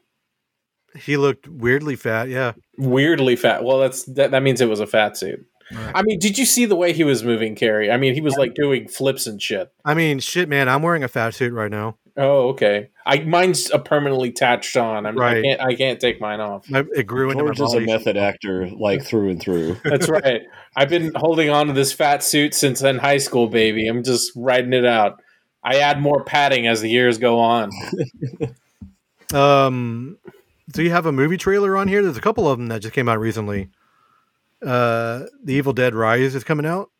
S3: he looked weirdly fat. Yeah,
S5: Weirdly fat. Well, that's that, that means it was a fat suit. I mean, did you see the way he was moving, Carrie? I mean, he was like doing flips and shit.
S3: I mean, shit, man, I'm wearing a fat suit right now.
S5: Oh, okay. I mine's uh permanently tatched on. I'm, I
S3: Right.
S5: can't. I can't take mine off.
S3: My, it grew into my
S7: George is a
S3: body.
S7: method actor, like through and through.
S5: That's right. I've been holding on to this fat suit since in high school, baby. I'm just riding it out. I add more padding as the years go on.
S3: Um, do you have a movie trailer on here? There's a couple of them that just came out recently. Uh, The Evil Dead Rise is coming out.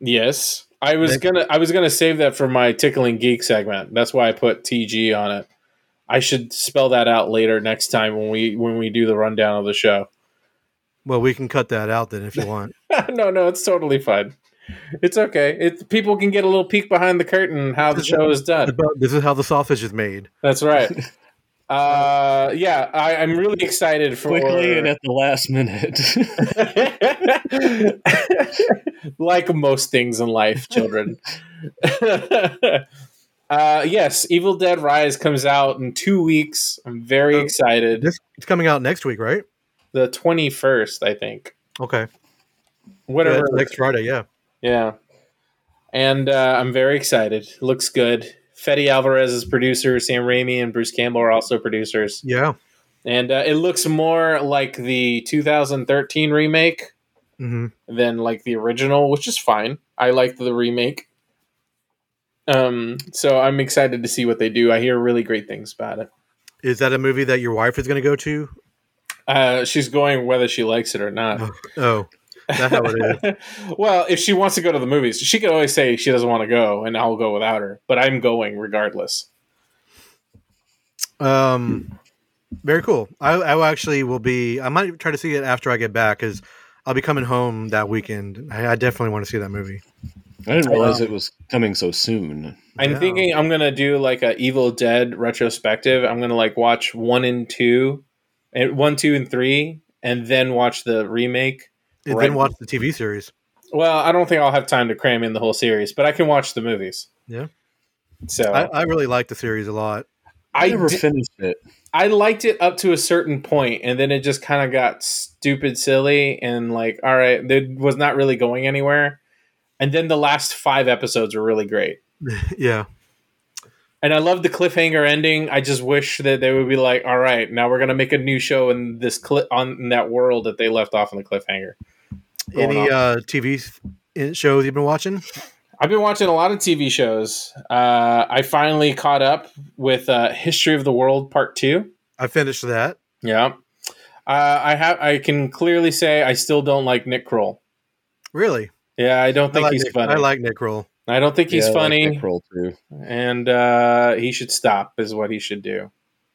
S5: Yes, I was gonna. I was gonna save that for my tickling geek segment. That's why I put TG on it. I should spell that out later next time when we when we do the rundown of the show.
S3: Well, we can cut that out then if you want.
S5: no, no, it's totally fine. It's okay. It people can get a little peek behind the curtain how the show is done.
S3: But this is how the sausage is made.
S5: That's right. Uh, yeah, I, I'm really excited for
S7: Quickly and at the last minute.
S5: like most things in life, children. uh, yes, Evil Dead Rise comes out in two weeks. I'm very
S3: Um,
S5: excited.
S3: This it's coming out next week, right?
S5: The 21st, I think.
S3: Okay, Yeah,
S5: Whatever.
S3: it's next Friday. Yeah,
S5: Yeah. And uh, I'm very excited. Looks good. Fetty Alvarez is producer. Sam Raimi and Bruce Campbell are also producers.
S3: yeah.
S5: And uh, it looks more like the 2013 remake
S3: hmm
S5: than like the original, which is fine. I like the remake. Um, so I'm excited to see what they do. I hear really great things about it.
S3: Is that a movie that your wife is going to go to?
S5: Uh, she's going whether she likes it or not.
S3: Oh, that's how it is.
S5: well, if she wants to go to the movies, she could always say she doesn't want to go, and I'll go without her. But I'm going regardless.
S3: Um, very cool. I, I actually will be. I might try to see it after I get back because I'll be coming home that weekend. I, I definitely want to see that movie.
S7: I didn't realize it was coming so soon.
S5: I'm
S3: Yeah.
S5: thinking I'm gonna do like a Evil Dead retrospective. I'm gonna like watch one and two, and one, two, and three, and then watch the remake.
S3: And
S5: Right.
S3: then watch the TV series.
S5: Well, I don't think I'll have time to cram in the whole series, but I can watch the movies.
S3: Yeah.
S5: So
S3: I,
S5: I
S3: I really like the series a lot.
S7: I,
S5: I,
S7: never
S5: di-
S7: finished it.
S5: I liked it up to a certain point, and then it just kind of got stupid silly and like, all right, it was not really going anywhere. And then the last five episodes were really great.
S3: Yeah.
S5: And I love the cliffhanger ending. I just wish that they would be like, all right, now we're gonna make a new show in this cli- on in that world that they left off in the cliffhanger. going
S3: Any
S5: on.
S3: uh, TV s- in- shows you've been watching?
S5: I've been watching a lot of TV shows. Uh, I finally caught up with uh, History of the World Part Two.
S3: I finished that.
S5: Yeah, uh, I have. I can clearly say I still don't like Nick Kroll.
S3: Really?
S5: Yeah, I don't
S3: I
S5: think
S3: like,
S5: he's
S3: Nick,
S5: funny.
S3: I
S5: I,
S3: like Nick Roll.
S5: don't think he's
S7: Yeah, I like
S5: funny,
S7: Nick Kroll, too.
S5: and uh, he should stop. Is what he should do.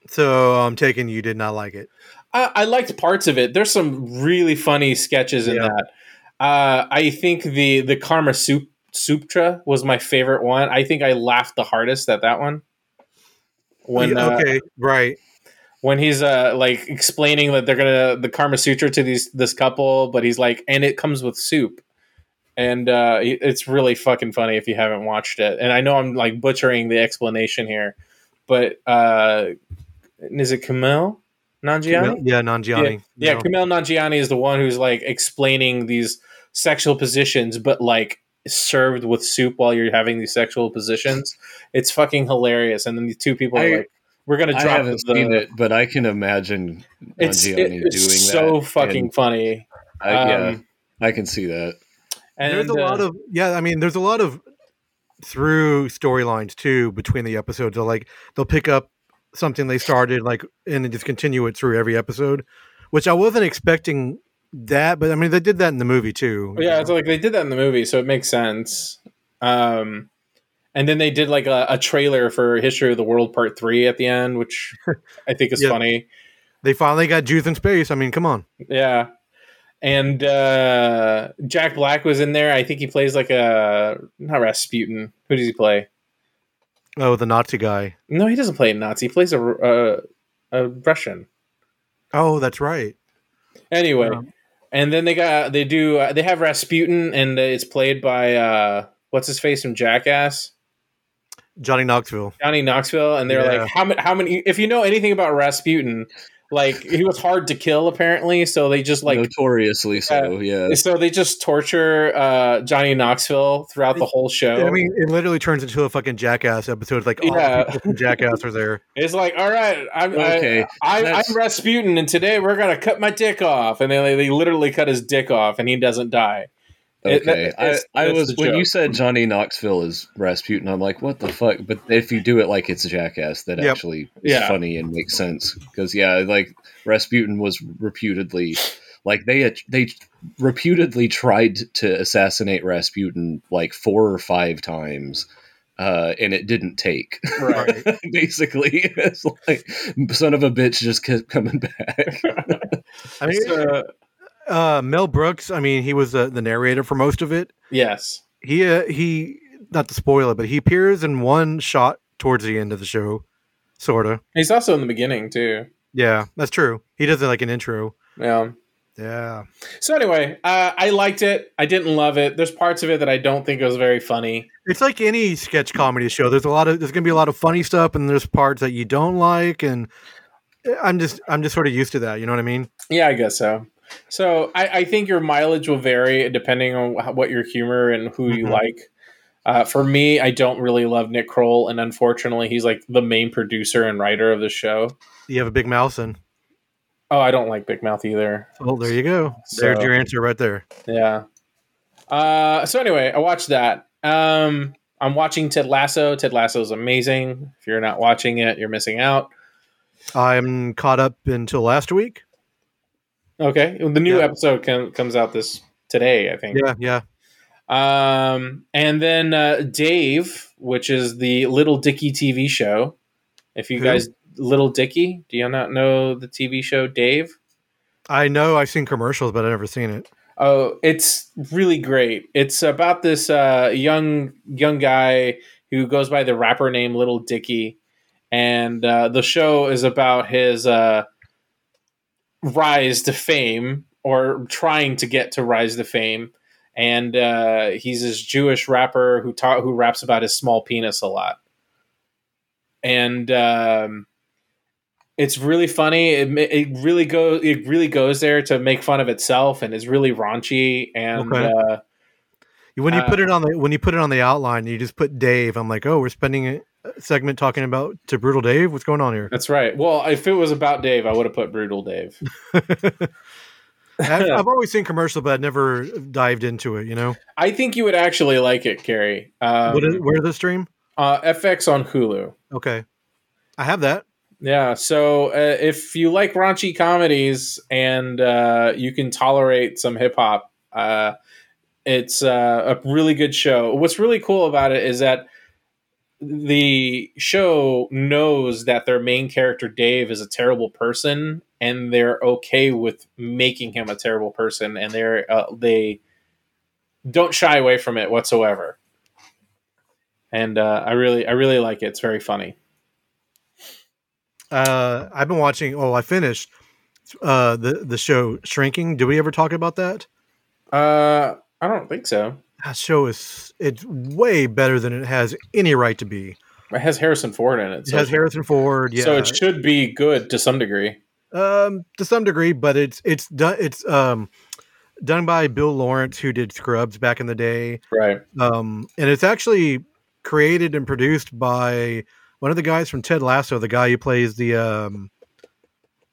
S3: So I'm taking you did not like it.
S5: I, I liked parts of it. There's some really funny sketches in
S3: Yeah.
S5: that. Uh, I think the the Karma Sup- Sutra was my favorite one. I think I laughed the hardest at that one. When
S3: Yeah,
S5: uh,
S3: okay, right.
S5: when he's uh like explaining that they're gonna the Karma Sutra to these this couple, but he's like, and it comes with soup, and uh, it- it's really fucking funny if you haven't watched it. And I know I'm like butchering the explanation here, but uh, is it Kamel
S3: Yeah,
S5: Nanjiani?
S3: yeah non
S5: Yeah,
S3: Gianni.
S5: yeah,
S3: No.
S5: Kamel Nanjiani is the one who's like explaining these sexual positions, but like served with soup while you're having these sexual positions. It's fucking hilarious. And then the two people
S7: I-
S5: are like, "We're gonna
S7: I
S5: drop
S7: haven't
S5: the."
S7: seen it, but I can imagine
S5: it's,
S7: Nanjiani
S5: it- it's
S7: doing
S5: so
S7: that.
S5: fucking
S7: and
S5: funny.
S7: I, yeah,
S5: um,
S7: I can see that.
S5: And
S3: there's a lot
S5: uh,
S3: of yeah. I mean, there's a lot of through storylines too between the episodes. They'll like they'll pick up something they started like and then just continue it through every episode, which I wasn't expecting that, but I mean they did that in the movie too.
S5: uh, yeah, it's like they did that in the movie, so it makes sense. Um, and then they did like a, a trailer for History of the World Part Three at the end, which I think is
S3: Yeah.
S5: funny.
S3: They finally got Jews in space. I mean, come on.
S5: Yeah. And uh, Jack Black was in there. I think he plays like a not Rasputin. Who does he play?
S3: Oh, the Nazi guy.
S5: No, he doesn't play a Nazi. He plays a a, a Russian.
S3: Oh, that's right.
S5: Anyway, and then they got they do uh, they have Rasputin, and it's played by uh, what's his face from Jackass.
S3: Johnny Knoxville.
S5: Johnny Knoxville, and they're
S3: Yeah.
S5: like, how many? How many? If you know anything about Rasputin, like he was hard to kill apparently, so they just like
S7: notoriously so. Yeah,
S5: so they just torture uh, Johnny Knoxville throughout the whole show.
S3: I mean, it literally turns into a fucking jackass episode. It's like all
S5: Yeah.
S3: the people from Jackass are there.
S5: it's like, all right, I'm
S7: Okay,
S5: I, I,
S7: that's-
S5: I'm Rasputin, and today we're gonna cut my dick off, and they they literally cut his dick off, and he doesn't die. It-
S7: Okay,
S5: that- that's-
S7: I, I
S5: that's
S7: was
S5: the
S7: when you
S5: joke.
S7: said Johnny Knoxville is Rasputin, I'm like, what the fuck? But if you do it like it's Jackass, that
S3: Yep.
S7: actually is
S5: Yeah.
S7: funny and makes sense. Because yeah, like Rasputin was reputedly, like they they reputedly tried to assassinate Rasputin like four or five times. Uh, and it didn't take.
S5: Right.
S7: Basically, it's like son of a bitch just kept coming back.
S3: I mean,
S5: So-
S3: uh, Mel Brooks. I mean, he was uh, the narrator for most of it.
S5: yes.
S3: He uh, he, not to spoil it, but he appears in one shot towards the end of the show, sort of.
S5: He's also in the beginning too.
S3: Yeah, that's true. He does like an intro.
S5: Yeah.
S3: Yeah,
S5: So anyway, uh, I liked it. I didn't love it. There's parts of it that I don't think was very funny.
S3: it's like any sketch comedy show. There's a lot of there's gonna be a lot of funny stuff, and there's parts that you don't like, and eh, I'm just I'm just sort of used to that. You know what I mean?
S5: Yeah, I guess so. So I, I think your mileage will vary depending on wh- what your humor and who you
S3: Mhm.
S5: like. Uh, for me, I don't really love Nick Kroll, and unfortunately, he's like the main producer and writer of the show.
S3: You have a big mouse, and
S5: Oh, I don't like Big Mouth either.
S3: oh, there you go. There's
S5: So-
S3: your answer right there.
S5: Yeah. Uh, so anyway, I watched that. Um, I'm watching Ted Lasso. Ted Lasso is amazing. If you're not watching it, you're missing out.
S3: I'm caught up until last week.
S5: Okay, the new
S3: Yeah.
S5: episode com- comes out this today, I think.
S3: Yeah, yeah.
S5: Um, and then uh, Dave, which is the Little Dicky TV show. If you
S3: Who?
S5: guys, Little Dicky, do you not know the TV show Dave?
S3: I know I've seen commercials, but I've never seen it.
S5: Oh, it's really great. It's about this uh, young young guy who goes by the rapper name Little Dicky, and uh, the show is about his uh, rise to fame or trying to get to rise to fame. And uh, he's this Jewish rapper who ta- who raps about his small penis a lot, and um, it's really funny. It, ma- it really goes it really goes there to make fun of itself, and it's really raunchy and.
S3: Okay.
S5: Uh,
S3: When you
S5: Uh,
S3: put it on the when you put it on the outline, you just put Dave. I'm like, oh, we're spending a a segment talking about to brutal Dave. What's going on here?
S5: That's right. Well, if it was about Dave, I would have put brutal Dave.
S3: I've, I've always seen commercials, but I've never dived into it. You know,
S5: I think you would actually like it, Carrie. Um,
S3: what is, where does it stream?
S5: uh, FX on Hulu.
S3: Okay, I have that.
S5: Yeah. So uh, if you like raunchy comedies and uh, you can tolerate some hip hop, uh, it's uh, a really good show. What's really cool about it is that the show knows that their main character Dave is a terrible person, and they're okay with making him a terrible person, and they're uh, they don't shy away from it whatsoever. And uh, I really, I really like it. It's very funny.
S3: Uh, I've been watching. Oh, I finished uh, the the show Shrinking. Did we ever talk about that?
S5: Uh, I don't think so.
S3: That show is it's way better than it has any right to be.
S5: It has Harrison Ford in it.
S3: It has Harrison Ford. Yeah,
S5: So it should be good to some degree.
S3: um, to some degree, but it's it's done it's um done by Bill Lawrence, who did Scrubs back in the day,
S5: Right.
S3: um, and it's actually created and produced by one of the guys from Ted Lasso, the guy who plays the um,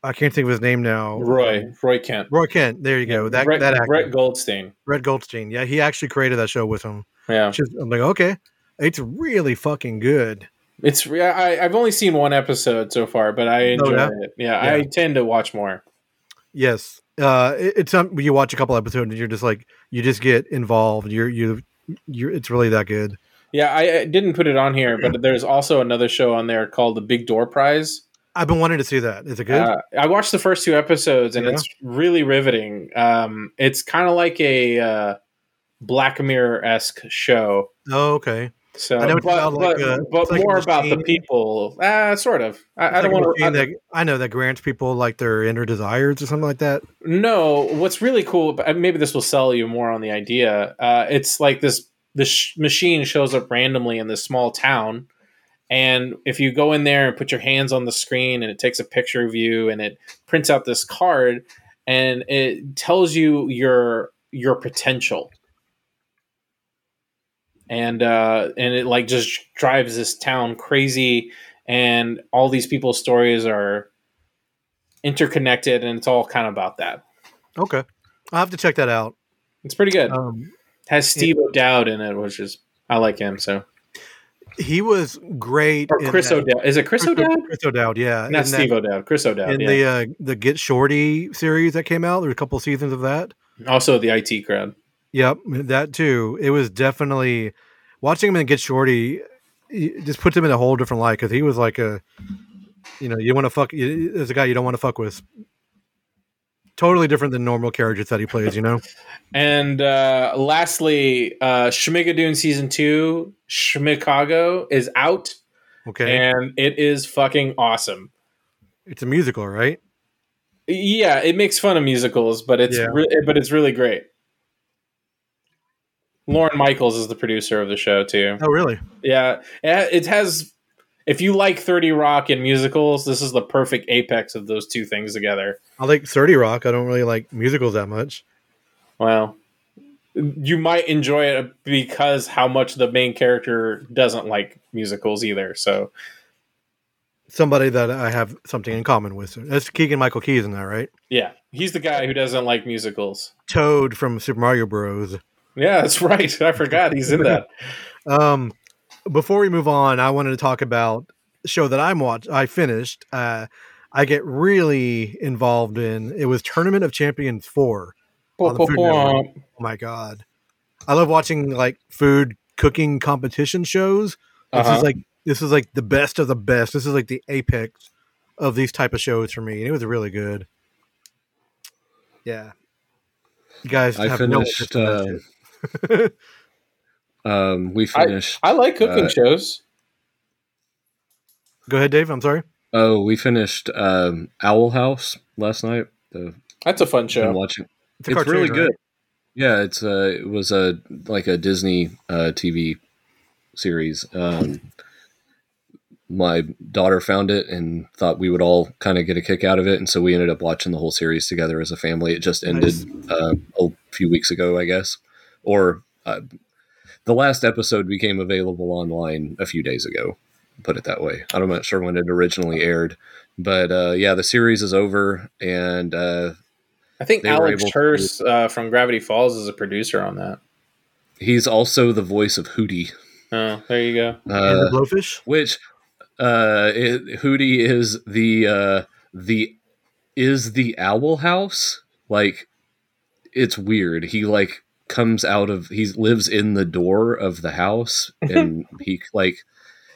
S3: I can't think of his name now,
S5: Roy. Roy Kent.
S3: Roy Kent. There you go. Oh. That
S5: Brett,
S3: that actor,
S5: Brett Goldstein.
S3: Red Goldstein. Yeah, he actually created that show with him.
S5: Yeah.
S3: Which is- I'm like, okay, it's really fucking good.
S5: It's re- I, I've only seen one episode so far, but I
S3: Oh,
S5: enjoyed
S3: yeah?
S5: it. Yeah, I
S3: Yeah.
S5: tend to watch more.
S3: Yes. Uh, it- it's um, you watch a couple episodes and you're just like you just get involved. You're you you it's really that good.
S5: Yeah, I, I didn't put it on here, but there's also another show on there called The Big Door Prize.
S3: I've been wanting to see that. Is it good?
S5: Uh, I watched the first two episodes and
S3: Yeah.
S5: it's really riveting. Um, it's kind of like a uh, Black Mirror esque show.
S3: oh, okay.
S5: So,
S3: I know
S5: but,
S3: it's about like
S5: but,
S3: a-
S5: but
S3: it's like a
S5: more about the
S3: machine.
S5: people. Uh, sort of. I, I
S3: It's
S5: don't
S3: like a
S5: want
S3: machine
S5: to.
S3: that- I know that grants people like their inner desires or something like that.
S5: No, what's really cool, but uh, maybe this will sell you more on the idea. Uh, it's like this this sh- machine shows up randomly in this small town, and if you go in there and put your hands on the screen, and it takes a picture of you, and it prints out this card, and it tells you your your potential, and uh, and it like just drives this town crazy, and all these people's stories are interconnected, and it's all kind of about that.
S3: Okay, I'll have to check that out.
S5: It's pretty good.
S3: Um,
S5: Has Steve O'Dowd in it, which is I like him. So
S3: he was great.
S5: or
S3: in
S5: Chris
S3: that-
S5: O'Dowd is it Chris
S3: Chris
S5: O'Dowd?
S3: Chris O'Dowd, yeah. in
S5: Not
S3: that-
S5: Steve O'Dowd. Chris O'Dowd.
S3: in
S5: Yeah.
S3: the uh, the Get Shorty series that came out. There were a couple seasons of that.
S5: also the IT crowd.
S3: Yep, that too. It was definitely watching him in Get Shorty. It just puts him in a whole different light because he was like a, you know, you want to fuck. you- There's a guy you don't want to fuck with. Totally different than normal characters that he plays. You know.
S5: And uh, lastly, uh, Schmigadoon season two, Schmicago is out,
S3: Okay,
S5: and it is fucking awesome.
S3: it's a musical, right?
S5: Yeah, it makes fun of musicals, but it's
S3: Yeah.
S5: re- but it's really great. Lauren Michaels is the producer of the show too.
S3: Oh, really?
S5: Yeah, it it has. If you like Thirty Rock and musicals, this is the perfect apex of those two things together.
S3: I like Thirty Rock. I don't really like musicals that much.
S5: Well, you might enjoy it because how much the main character doesn't like musicals either. So
S3: Somebody that I have something in common with. That's Keegan Michael Key, isn't that right?
S5: yeah, he's the guy who doesn't like musicals.
S3: Toad from Super Mario Bros.
S5: Yeah, that's right. I forgot he's in that.
S3: Um, before we move on, I wanted to talk about a show that I'm watch. I finished. Uh, I get really involved in. It was Tournament of Champions Four. On the Food Network. Oh my god, I love watching like food cooking competition shows. This
S5: Uh-huh.
S3: is like this is like the best of the best. This is like the apex of these type of shows for me, and it was really good. Yeah, you guys
S6: I
S3: have no
S6: finished.
S3: interest in that
S6: uh,
S3: shit.
S6: um, we finished.
S5: I like cooking
S6: Uh,
S5: shows.
S3: Go ahead, Dave. I'm sorry.
S6: oh, we finished um, Owl House last night. The
S5: That's a fun
S6: been
S5: show.
S6: watching. It's,
S3: cartoon,
S6: really
S3: right?
S6: good. Yeah, it's uh, it was a like a Disney uh, TV series. Um, my daughter found it and thought we would all kind of get a kick out of it, and so we ended up watching the whole series together as a family. It just ended uh, a few weeks ago, I guess, or uh, the last episode became available online a few days ago. Put it that way. I'm not sure when it originally aired, but uh, yeah, the series is over, and uh,
S5: I think
S6: they were
S5: Alex
S6: able to-
S5: Hurst uh, from Gravity Falls is a producer on that.
S6: He's also the voice of Hootie,
S5: Oh, there you go.
S3: And the
S6: uh,
S3: blowfish.
S6: which uh, it, Hootie is the uh, the is the Owl House. Like it's weird. He like comes out of he lives in the door of the house, and he like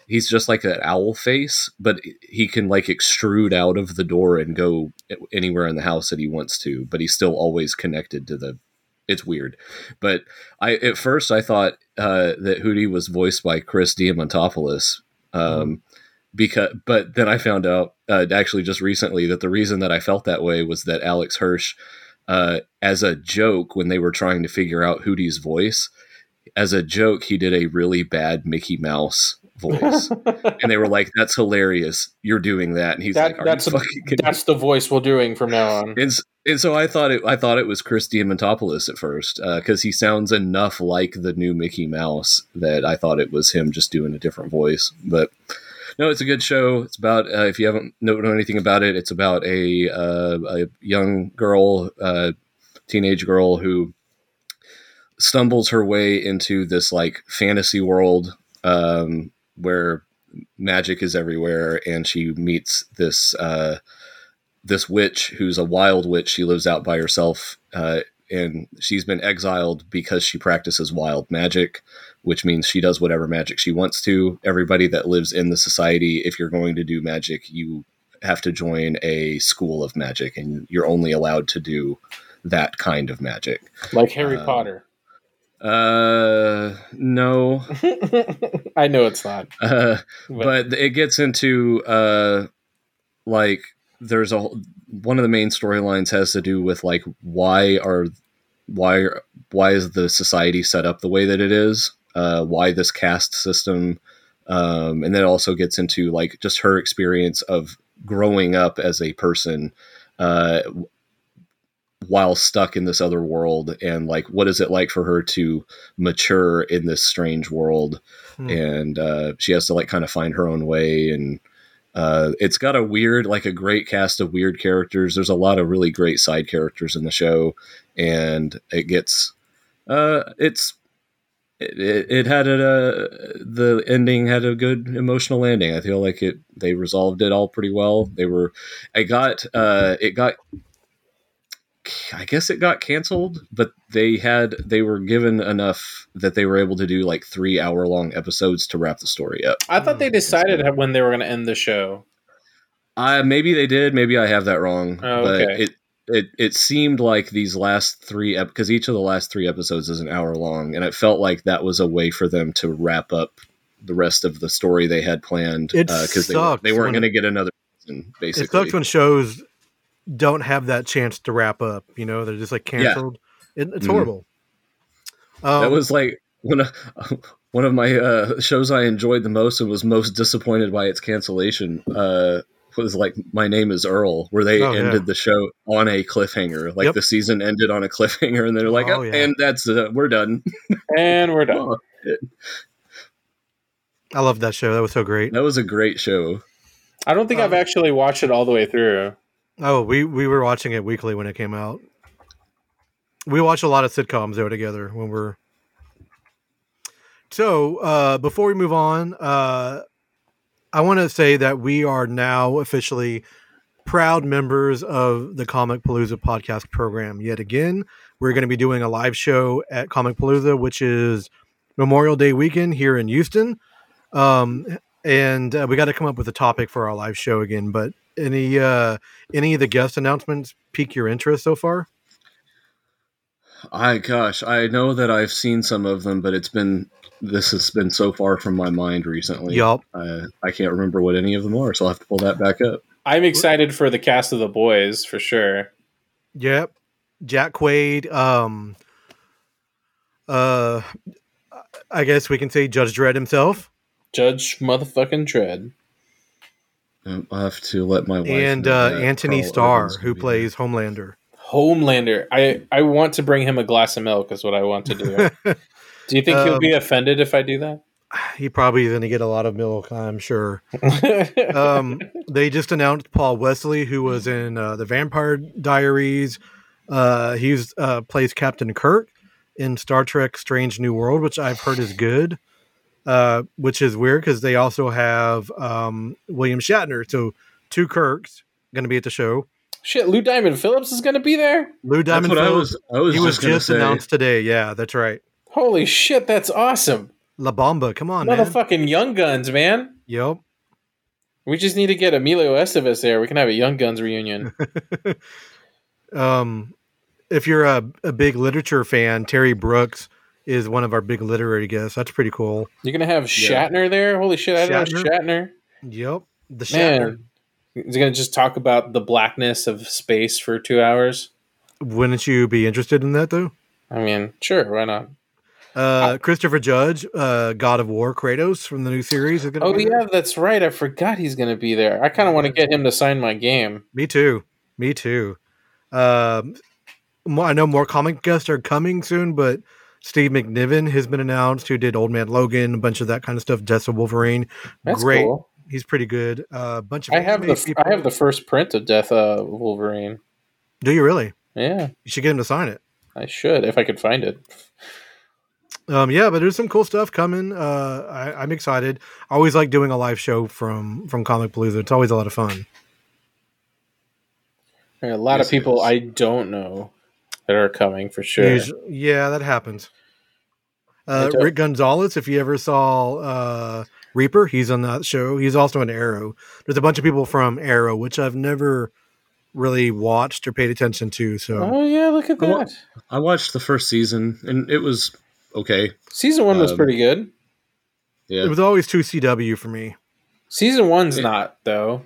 S6: he's just like an owl face, but he can like extrude out of the door and go anywhere in the house that he wants to. But he's still always connected to the. It's weird, but I at first I thought uh, that Hootie was voiced by Chris Diamantopoulos, um,
S5: Mm-hmm.
S6: because but then I found out uh, actually just recently that the reason that I felt that way was that Alex Hirsch, uh, as a joke when they were trying to figure out Hootie's voice, as a joke he did a really bad Mickey Mouse voice, and they were like, "That's hilarious! You're doing that," and he's
S5: That-
S6: like, "Are
S5: that's a-
S6: you fucking kidding
S5: That's the voice we're doing from now on.
S6: and, s- and so I thought it I thought it was Chris Diamantopoulos at first because he sounds enough like the new Mickey Mouse that I thought it was him just doing a different voice. But no, it's a good show. It's about uh, if you haven't know, know anything about it, it's about a uh, a young girl, uh, teenage girl who stumbles her way into this like fantasy world um, where magic is everywhere, and she meets this. Uh, this witch who's a wild witch. She lives out by herself, uh, and she's been exiled because she practices wild magic, which means she does whatever magic she wants to. Everybody that lives in the society, if you're going to do magic, you have to join a school of magic, and you're only allowed to do that kind of magic.
S5: like Harry
S6: Uh,
S5: Potter.
S6: Uh, no,
S5: I know it's not,
S6: uh,
S5: but,
S6: but it gets into uh, like there's a whole- one of the main storylines has to do with like why are why are- why is the society set up the way that it is uh, why this caste system um, and then it also gets into like just her experience of growing up as a person uh, w- while stuck in this other world and like what is it like for her to mature in this strange world
S3: Hmm.
S6: and uh, she has to like kind of find her own way and uh, it's got a weird like a great cast of weird characters there's a lot of really great side characters in the show and it gets uh, it's it, it, it had a the ending had a good emotional landing. I feel like it they resolved it all pretty well. They were I got uh it got I guess it got canceled, but they had they were given enough that they were able to do like 3 hour long episodes to wrap the story up.
S5: I thought they decided when they were going to end the show.
S6: I Uh, maybe they did, maybe I have that wrong,
S5: Oh,
S6: but
S5: okay.
S6: it it it seemed like these last 3 because each of the last 3 episodes is an hour long and it felt like that was a way for them to wrap up the rest of the story they had planned
S3: It
S6: because
S3: sucks
S6: they, they weren't
S3: when-
S6: going to get another season basically.
S3: It sucks when shows don't have that chance to wrap up. You know, they're just like
S6: Yeah.
S3: canceled. It, it's
S6: Mhm.
S3: horrible. Um,
S6: that was like one of one of my uh, shows I enjoyed the most and was most disappointed by its cancellation. Uh, was like my name is Earl, where they
S3: Oh, yeah.
S6: ended the show on a cliffhanger. Like
S3: Yep.
S6: the season ended on a cliffhanger, and they're like,
S3: Oh,
S6: "Oh,
S3: yeah.
S6: and that's uh, we're done."
S5: And we're done.
S3: I love that show. That was so great.
S6: that was a great show.
S5: I don't think I've
S3: Um,
S5: actually watched it all the way through.
S3: Oh, we we were watching it weekly when it came out. We watch a lot of sitcoms though together when we're. So uh, before we move on, uh, I want to say that we are now officially proud members of the Comic Palooza podcast program. Yet again, we're going to be doing a live show at Comic Palooza, which is Memorial Day weekend here in Houston. Um, and uh, we got to come up with a topic for our live show again. But any uh, any of the guest announcements pique your interest so far?
S6: I gosh, I know that I've seen some of them, but it's been this has been so far from my mind recently.
S3: Yup.
S6: Uh, I can't remember what any of them are, so I'll have to pull that back up.
S5: I'm excited for the cast of the boys for sure.
S3: Yep. Jack Quaid. Um. Uh, I guess we can say Judge Dredd himself,
S5: Judge motherfucking Dredd.
S6: Um, I'll have to let my wife
S3: and
S6: know
S3: uh,
S6: that
S3: Anthony
S6: Carl
S3: Starr,
S6: Urban's
S3: who
S6: gonna be
S3: plays Homelander.
S5: Homelander. I, I want to bring him a glass of milk is what I want to do. do you think he'll
S3: Um,
S5: be offended if I do
S3: He probably is going to get a lot of milk, I'm sure.
S5: that?
S3: um, they just announced Paul Wesley, who was in uh, the Vampire Diaries. Uh, he's uh, plays Captain Kirk in Star Trek: Strange New World, which I've heard is good. Uh, which is weird because they also have um, William Shatner, so two Kirks going to be at the show.
S5: Shit, Lou Diamond Phillips is going to be there?
S3: Lou
S6: there. That's
S3: Diamond
S6: what I
S3: Phillips,
S6: was. I was
S3: he was
S6: gonna
S3: just
S6: say.
S3: announced today. Yeah, that's right.
S5: Holy shit, that's awesome.
S3: La Bamba, come on, man.
S5: Motherfucking Young Guns, man.
S3: Yep.
S5: We just need to get Emilio Estevez there. We can have a Young Guns reunion.
S3: um, if you're a, a big literature fan, Terry Brooks is one of our big literary guests. That's pretty cool.
S5: You're gonna have
S6: Yeah.
S5: Shatner there. Holy shit, I don't know
S3: Shatner?
S5: Shatner.
S3: Yep. The Shatner.
S5: Man, he's gonna just talk about the blackness of space for two hours.
S3: Wouldn't you be interested in that though?
S5: I mean, sure, why not?
S3: Uh, Christopher Judge, uh, God of War, Kratos from the new series is going to
S5: Oh
S3: be there.
S5: yeah, that's right. I forgot he's gonna be there. I kind of want to get him to sign my game.
S3: Me too. Me too. Um, more, I know more comic guests are coming soon, but Steve McNiven has been announced, who did Old Man Logan, a bunch of that kind of stuff. Death Wolverine,
S5: That's
S3: great.
S5: cool.
S3: He's pretty good. A uh, bunch of
S5: I have
S3: anime
S5: the
S3: people.
S5: I have the first print of Death uh, Wolverine.
S3: Do you really?
S5: Yeah,
S3: You should get him to sign it.
S5: I should if I could find it.
S3: Um, yeah, but there's some cool stuff coming. Uh, I, I'm excited. I always like doing a live show from from Comic Palooza. It's always a lot of fun.
S5: There are a lot
S6: Yes,
S5: of
S6: it
S5: people
S6: is.
S5: I don't know that are coming for sure.
S3: Usu- yeah, that happens. Uh,
S5: It does.
S3: Rick Gonzalez, if you ever saw uh, Reaper. He's on that show. He's also on Arrow. There's a bunch of people from Arrow, which I've never really watched or paid attention to. So
S5: Oh yeah, look at
S6: I wa-
S5: that.
S6: I watched the first season and it was okay.
S5: Season one was
S6: Um,
S5: pretty good.
S6: Yeah.
S3: it was always two CW for me.
S5: Season one's
S6: It-
S5: not though.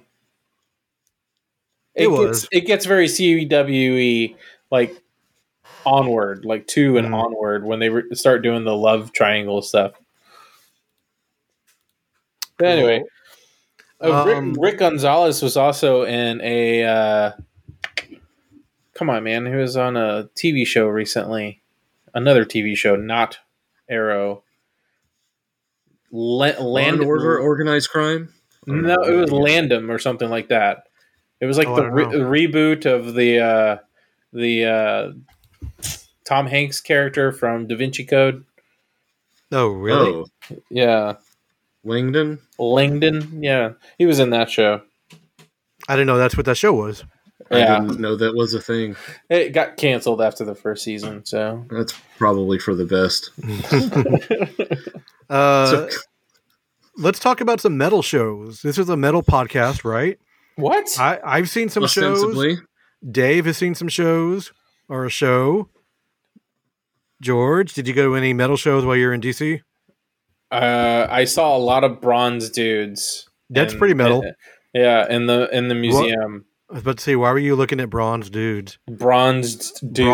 S3: It
S5: It, gets
S3: was.
S5: it gets very CWE E, like onward, like two and
S3: Mm.
S5: onward when they re- start doing the love triangle stuff. But anyway, oh,
S3: Um,
S5: Rick, Rick Gonzalez was also in a. Uh, come on, man! He was on a TV show recently, another TV show, not Arrow. La-
S6: Land
S5: Land
S6: and Order Organized Crime.
S5: no, it was Landom or something like that. It was like
S3: Oh, I
S5: the
S3: don't
S5: re-
S3: know.
S5: reboot of the uh, the uh, Tom Hanks character from Da Vinci Code.
S3: Oh really?
S6: Oh,
S5: Yeah,
S6: Langdon.
S5: Langdon. Yeah, he was in that show.
S3: I didn't know that's what that show was.
S6: I
S5: Yeah,
S6: didn't know that was a thing.
S5: it got canceled after the first season. So
S6: That's probably for the best.
S3: Uh,
S6: So-
S3: let's talk about some metal shows. This is a metal podcast, right?
S5: what?
S3: I, I've seen some shows.
S6: ostensibly.
S3: Dave has seen some shows or a show. George, did you go to any metal shows while you were in DC?
S5: Uh, I saw a lot of bronze dudes.
S3: That's pretty metal.
S5: yeah, in the in the museum,
S3: I was about to say, why were you looking at bronze dudes?
S5: bronzed dudes.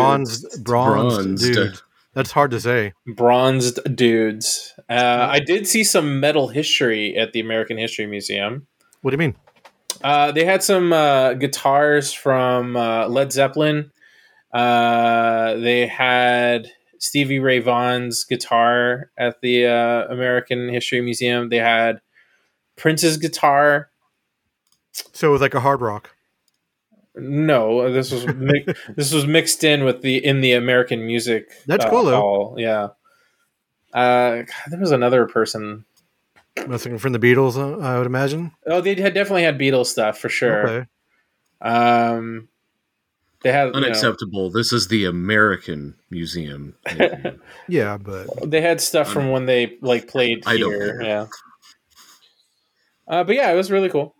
S3: Bronzed, bronzed,
S6: Bronzed.
S3: dude. That's hard to say.
S5: bronzed dudes. Uh, I did see some metal history at the American History Museum.
S3: What do you mean?
S5: Uh, they had some uh, guitars from uh, Led Zeppelin. Uh, they had Stevie Ray Vaughan's guitar at the uh, American History Museum. They had Prince's guitar.
S3: So it was like a hard rock.
S5: No, this was mi- this was mixed in with the in the American music.
S3: That's
S5: uh,
S3: cool, though.
S5: hall. Yeah. Uh, God, there was another person
S3: Nothing from the Beatles, uh, I would imagine.
S5: Oh, they had definitely had Beatles stuff for sure.
S3: Okay.
S5: Um, they had you know,
S6: Unacceptable. This is the American Museum.
S3: Yeah, but
S5: they had stuff from when they like played
S6: I don't
S5: here.
S6: care.
S5: Yeah. Uh, but yeah, it was really cool.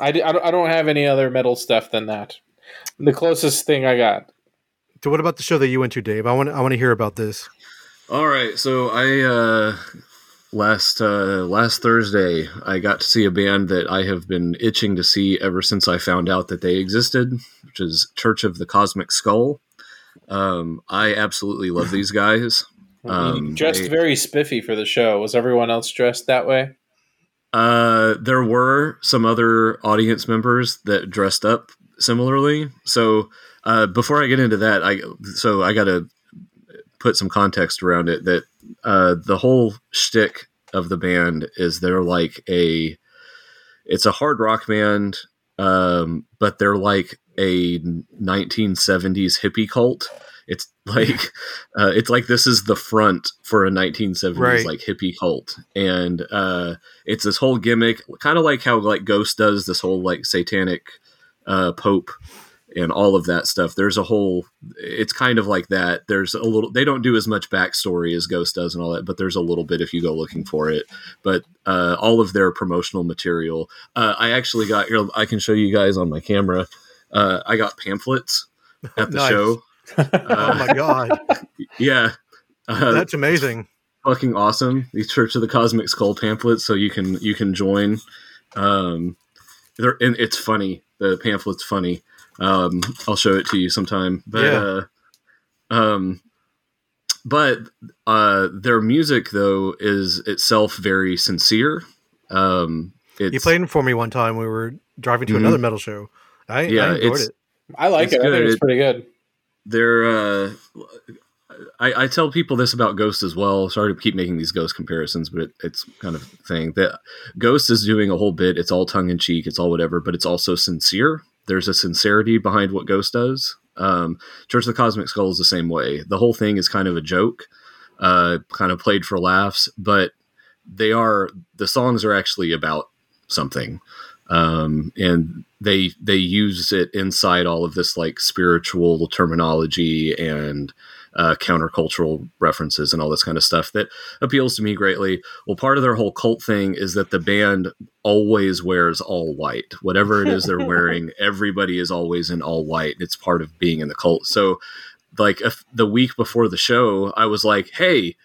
S5: I, di- I, don't, I don't have any other metal stuff than that. The closest thing I got.
S3: so what about the show that you went to, Dave? I want I want to hear about this.
S6: All right, so I uh, last uh, last Thursday I got to see a band that I have been itching to see ever since I found out that they existed, which is Church of the Cosmic Skull. Um, I absolutely love these guys. Um,
S5: dressed
S6: they-
S5: very spiffy for the show. Was everyone else dressed that way?
S6: Uh, there were some other audience members that dressed up similarly. So uh, before I get into that, I so I got to put some context around it. That uh, the whole shtick of the band is they're like a it's a hard rock band, um, but they're like a 1970s hippie cult. It's like uh, it's like this is the front for a 1970s
S3: Right.
S6: like hippie cult, and uh, it's this whole gimmick, kind of like how like Ghost does this whole like satanic uh, Pope and all of that stuff. There's a whole. It's kind of like that. There's a little. They don't do as much backstory as Ghost does and all that, but there's a little bit if you go looking for it. But uh, all of their promotional material, uh, I actually got here. I can show you guys on my camera. Uh, I got pamphlets at the
S3: Nice.
S6: show.
S3: Oh
S6: Uh,
S3: my god,
S6: yeah. Uh,
S3: that's amazing.
S6: fucking awesome. The Church of the Cosmic Skull pamphlet, so you can you can join. Um, they're and it's funny. The pamphlet's funny. Um, I'll show it to you sometime. But
S3: Yeah.
S6: uh, um, but uh, their music though is itself very sincere. Um, it's,
S3: You played them for me one time. We were driving to
S6: Mhm.
S3: another metal show. I,
S6: Yeah,
S3: I enjoyed
S6: it's-
S3: it.
S5: I like
S6: It's
S5: it. I
S6: good.
S5: think it's
S6: It-
S5: pretty good.
S6: they're uh I, I tell people this about Ghost as well. Sorry to keep making these Ghost comparisons, but it, it's kind of thing that Ghost is doing a whole bit. It's all tongue in cheek. It's all whatever, but it's also sincere. There's a sincerity behind what Ghost does. Um, Church of the Cosmic Skull is the same way. The whole thing is kind of a joke, uh, kind of played for laughs, but they are the songs are actually about something um, and they they use it inside all of this like spiritual terminology and uh, countercultural references and all this kind of stuff that appeals to me greatly. Well, part of their whole cult thing is that the band always wears all white. Whatever it is they're wearing, everybody is always in all white. It's part of being in the cult. So, like if the week before the show, I was like, hey,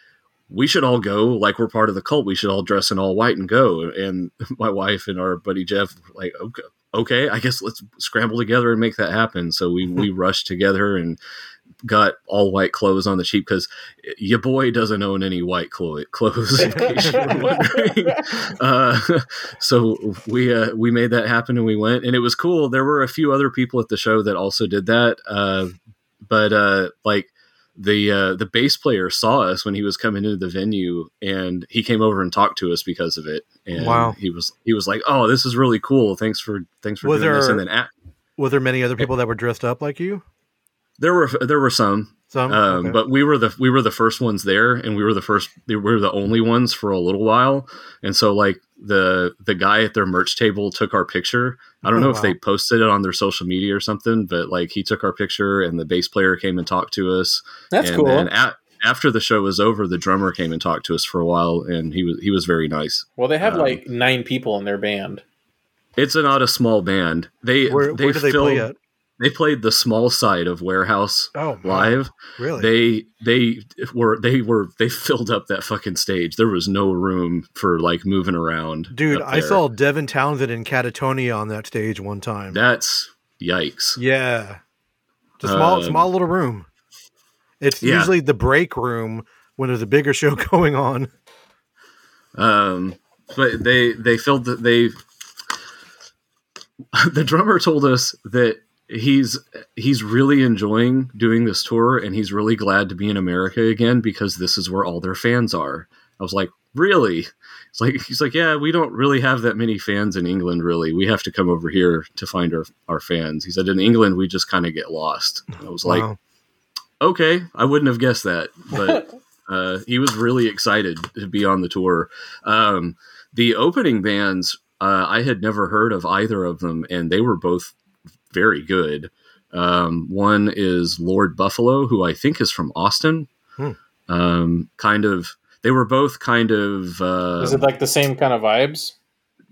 S6: we should all go like we're part of the cult. We should all dress in all white and go. And my wife and our buddy Jeff were like, okay, okay, I guess let's scramble together and make that happen. So we we rushed together and got all white clothes on the cheap because your boy doesn't own any white clo- clothes. In case you were wondering. uh, so we uh, we made that happen and we went and it was cool. There were a few other people at the show that also did that, uh, but uh, like the uh, the bass player saw us when he was coming into the venue, and he came over and talked to us because of it. And
S3: Wow.
S6: he was he was like, "Oh, this is really cool. Thanks for thanks for
S3: Was
S6: doing this."
S3: there-
S6: And then at,
S3: Were there many other people that were dressed up like you?
S6: there were there were some,
S3: Some,
S6: um,
S3: Oh, Okay.
S6: but we were the we were the first ones there, and we were the first we were the only ones for a little while. And so like the the guy at their merch table took our picture. I don't
S3: Oh,
S6: know if
S3: wow.
S6: they posted it on their social media or something, but like he took our picture, and the bass player came and talked to us.
S5: That's
S6: and
S5: cool.
S6: Then a after the show was over, the drummer came and talked to us for a while, and he was he was very nice.
S5: well, they have
S6: um,
S5: like nine people in their band.
S6: It's a, not a small band. They
S3: where,
S6: they
S3: where do they
S6: filled-
S3: play at?
S6: They played the small side of Warehouse
S3: Oh,
S6: live.
S3: Really?
S6: They they were they were they filled up that fucking stage. There was no room for like moving around.
S3: Dude,
S6: up
S3: I
S6: there.
S3: saw Devin Townsend and Catatonia on that stage one time.
S6: that's yikes.
S3: yeah. It's a small,
S6: Um,
S3: small little room. It's
S6: yeah.
S3: usually the break room when there's a bigger show going on.
S6: Um, but they they filled the, they the drummer told us that he's he's really enjoying doing this tour and he's really glad to be in America again because this is where all their fans are. I was like, really? It's like he's like, yeah, we don't really have that many fans in England. Really, we have to come over here to find our our fans. He said in England we just kind of get lost. I was like,
S3: Wow.
S6: okay, I wouldn't have guessed that, but uh, he was really excited to be on the tour. Um, the opening bands, uh, I had never heard of either of them, and they were both very good. Um, one is Lord Buffalo, who I think is from Austin.
S3: Hmm.
S6: Um, kind of, they were both kind of. Uh,
S5: Is it like the same kind of vibes?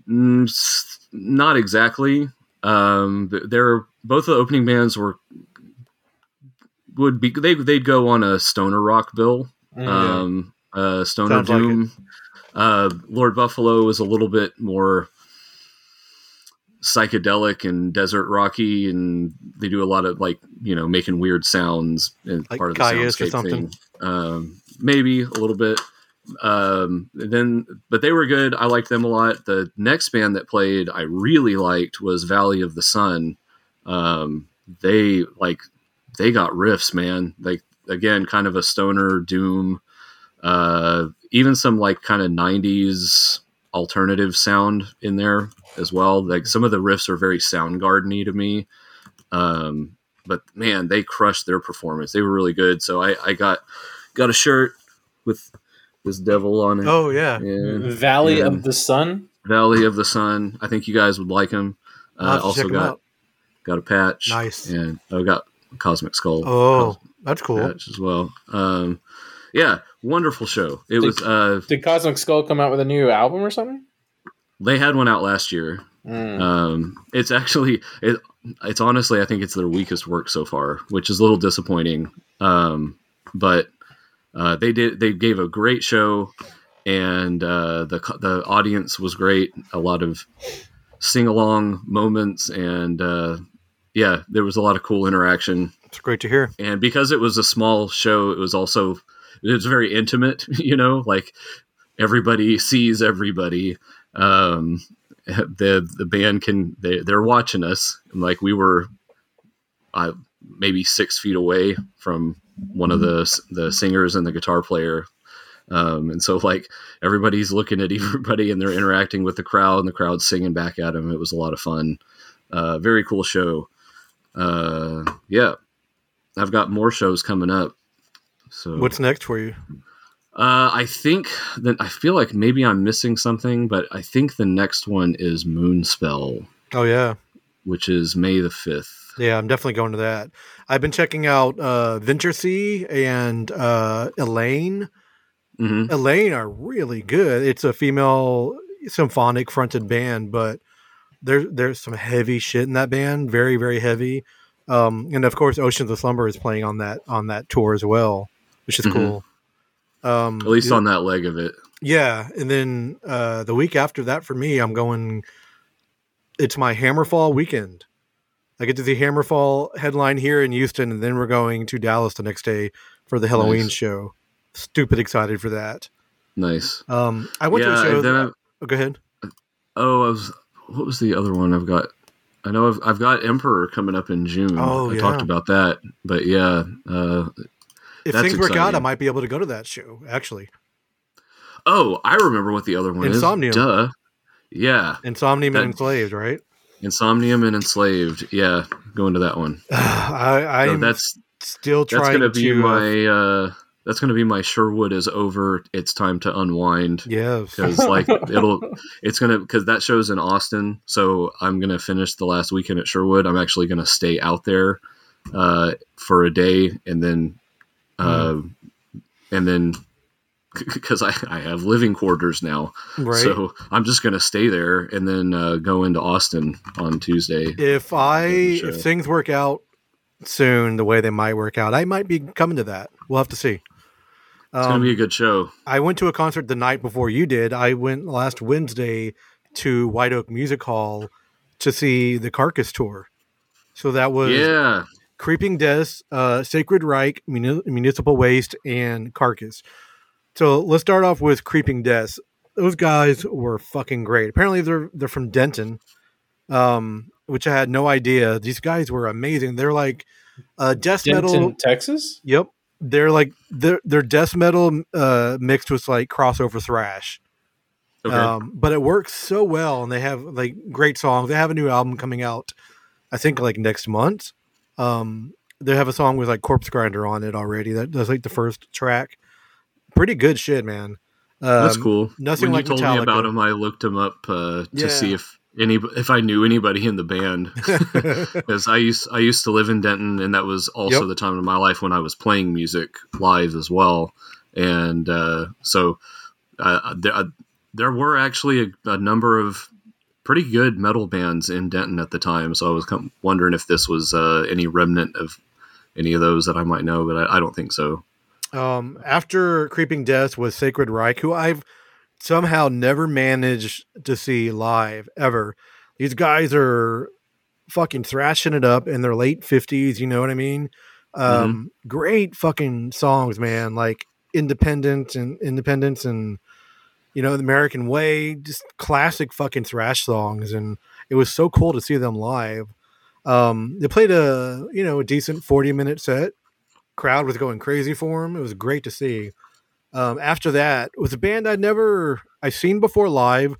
S6: Mm, s- not exactly. Um, th- they're both the opening bands were would be they they'd go on a stoner rock bill.
S5: Mm.
S6: Um, uh, stoner
S3: Sounds like it.
S6: doom. uh, Lord Buffalo is a little bit more psychedelic and desert rocky, and they do a lot of like you know making weird sounds and
S3: Like
S6: part of the
S3: Caius or
S6: soundscape
S3: something.
S6: thing. Um, maybe a little bit um and then but they were good i liked them a lot the next band that played i really liked was valley of the sun um they like they got riffs man like again kind of a stoner doom uh even some like kind of 90s alternative sound in there as well like some of the riffs are very soundgardeny to me um but man they crushed their performance they were really good so i i got got a shirt with this devil on it
S3: Oh, yeah.
S6: yeah.
S5: Valley
S6: Mm. Yeah.
S5: of the Sun.
S6: Valley of the Sun. I think you guys would like him.
S3: I'll have
S6: Uh,
S3: to check
S6: also
S3: 'em
S6: got
S3: out.
S6: got a patch.
S3: Nice.
S6: And I got Cosmic Skull.
S3: Oh, that's cool.
S6: patch as well. Um, yeah, wonderful show. It was. Uh,
S5: Did Cosmic Skull come out with a new album or something?
S6: they had one out last year.
S5: Mm.
S6: Um, it's actually it, it's honestly I think it's their weakest work so far, which is a little disappointing. Um, but uh, they did they gave a great show, and uh, the co- the audience was great. A lot of sing along moments, and uh, yeah, there was a lot of cool interaction
S3: It's great to hear.
S6: and because it was a small show it was also it was very intimate you know like everybody sees everybody um the the band can they, they're watching us and like we were uh, maybe six feet away from one of the the singers and the guitar player um, and so like everybody's looking at everybody and they're interacting with the crowd and the crowd's singing back at them it was a lot of fun uh, very cool show uh, yeah I've got more shows coming up. So
S3: What's next for you?
S6: uh, I think that I feel like maybe I'm missing something, but I think the next one is Moonspell,
S3: Oh, yeah.
S6: which is May the fifth.
S3: Yeah, I'm definitely going to that. I've been checking out uh Venture Sea and uh Elaine.
S6: Mhm.
S3: Elaine are really good. It's a female symphonic fronted band, but there's there's some heavy shit in that band, very very heavy. Um and of course Oceans of Slumber is playing on that on that tour as well, which is
S6: Mhm.
S3: cool. Um
S6: At least
S3: yeah.
S6: on that leg of it.
S3: Yeah, and then uh the week after that for me, I'm going. It's my Hammerfall weekend. I get to the Hammerfall headline here in Houston, and then we're going to Dallas the next day for the Halloween
S6: Nice.
S3: show. Stupid excited for that.
S6: Nice.
S3: Um, I went
S6: yeah.
S3: to a show.
S6: and then
S3: that-
S6: I've-
S3: oh, go ahead.
S6: oh, I was. What was the other one I've got? I know I've, I've got Emperor coming up in June.
S3: Oh,
S6: I
S3: yeah.
S6: talked about that, but yeah. Uh,
S3: If
S6: That's
S3: things work out, I
S6: exciting.
S3: might be able to go to that show. Actually,
S6: oh, I remember what the other one
S3: Insomnium.
S6: is. Duh. Yeah,
S3: Insomnium
S6: That-
S3: and Enslaved, right?
S6: Insomnium and Enslaved. Yeah, going to that one.
S3: I
S6: So
S3: I'm
S6: that's
S3: still
S6: that's
S3: trying
S6: gonna be
S3: to. uh,
S6: my uh, that's gonna be my Sherwood is over. It's time to unwind.
S3: yes.
S6: because like it'll it's gonna because that show's in austin so i'm gonna finish the last weekend at sherwood i'm actually gonna stay out there uh, for a day and then
S3: Hmm.
S6: uh, and then because I, I have living quarters now
S3: Right.
S6: so i'm just gonna stay there and then uh, go into austin on tuesday
S3: if I
S6: sure.
S3: if things work out soon the way they might work out, I might be coming to that. We'll have to see.
S6: it's gonna
S3: Um,
S6: be a good show
S3: I went to a concert the night before you did. I went last Wednesday to White Oak Music Hall to see the Carcass tour. So that was
S6: yeah
S3: Creeping Death, uh, Sacred Reich, Muni- Municipal Waste, and Carcass. So let's start off with Creeping Death. Those guys were fucking great. Apparently they're they're from Denton, um, which I had no idea. These guys were amazing. They're like uh, death metal.
S5: Denton, Texas.
S3: Yep, they're like they're they're death metal uh, mixed with like crossover thrash.
S6: okay
S3: Um, but it works so well, and they have like great songs. They have a new album coming out, I think, like next month. Um, they have a song with like Corpse Grinder on it already. That, that's like the first track. Pretty good shit, man. Um,
S6: that's cool
S3: nothing like
S6: when you told
S3: Metallica.
S6: me about him i looked him up uh, to
S3: Yeah.
S6: see if any if i knew anybody in the band Because I used I used to live in Denton, and that was also
S3: Yep.
S6: the time of my life when I was playing music live as well. And uh, so uh, there, uh, there were actually a, a number of pretty good metal bands in Denton at the time. So I was com- wondering if this was uh, any remnant of any of those that I might know, but I, I don't think so.
S3: um, after Creeping Death was Sacred Reich, who I've somehow never managed to see live ever. These guys are fucking thrashing it up in their late fifties. You know what I mean? Um, Great fucking songs, man. Like Independent and Independence and you know the American Way, just classic fucking thrash songs. And it was so cool to see them live. Um, they played a you know a decent forty minute set. Crowd was going crazy for them. It was great to see. Um, after that was a band I'd never I seen before live.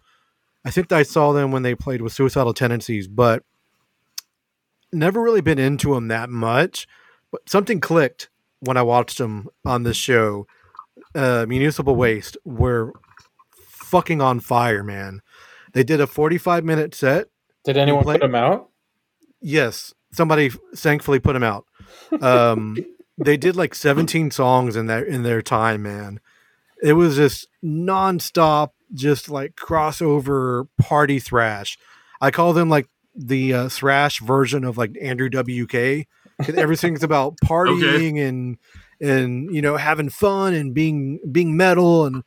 S3: I think I saw them when they played with Suicidal Tendencies, but never really been into them that much. But something clicked when I watched them on this show. Uh, Municipal Waste were fucking on fire, man. They did a 45 minute set
S5: Did anyone
S3: play-
S5: put them out?
S3: Yes, somebody thankfully put them out. Um, they did like 17 songs in their in their time, man. It was just nonstop, just like crossover party thrash. I call them like the uh, thrash version of like Andrew WK. 'cause Everything's about partying and and you know having fun and being being metal and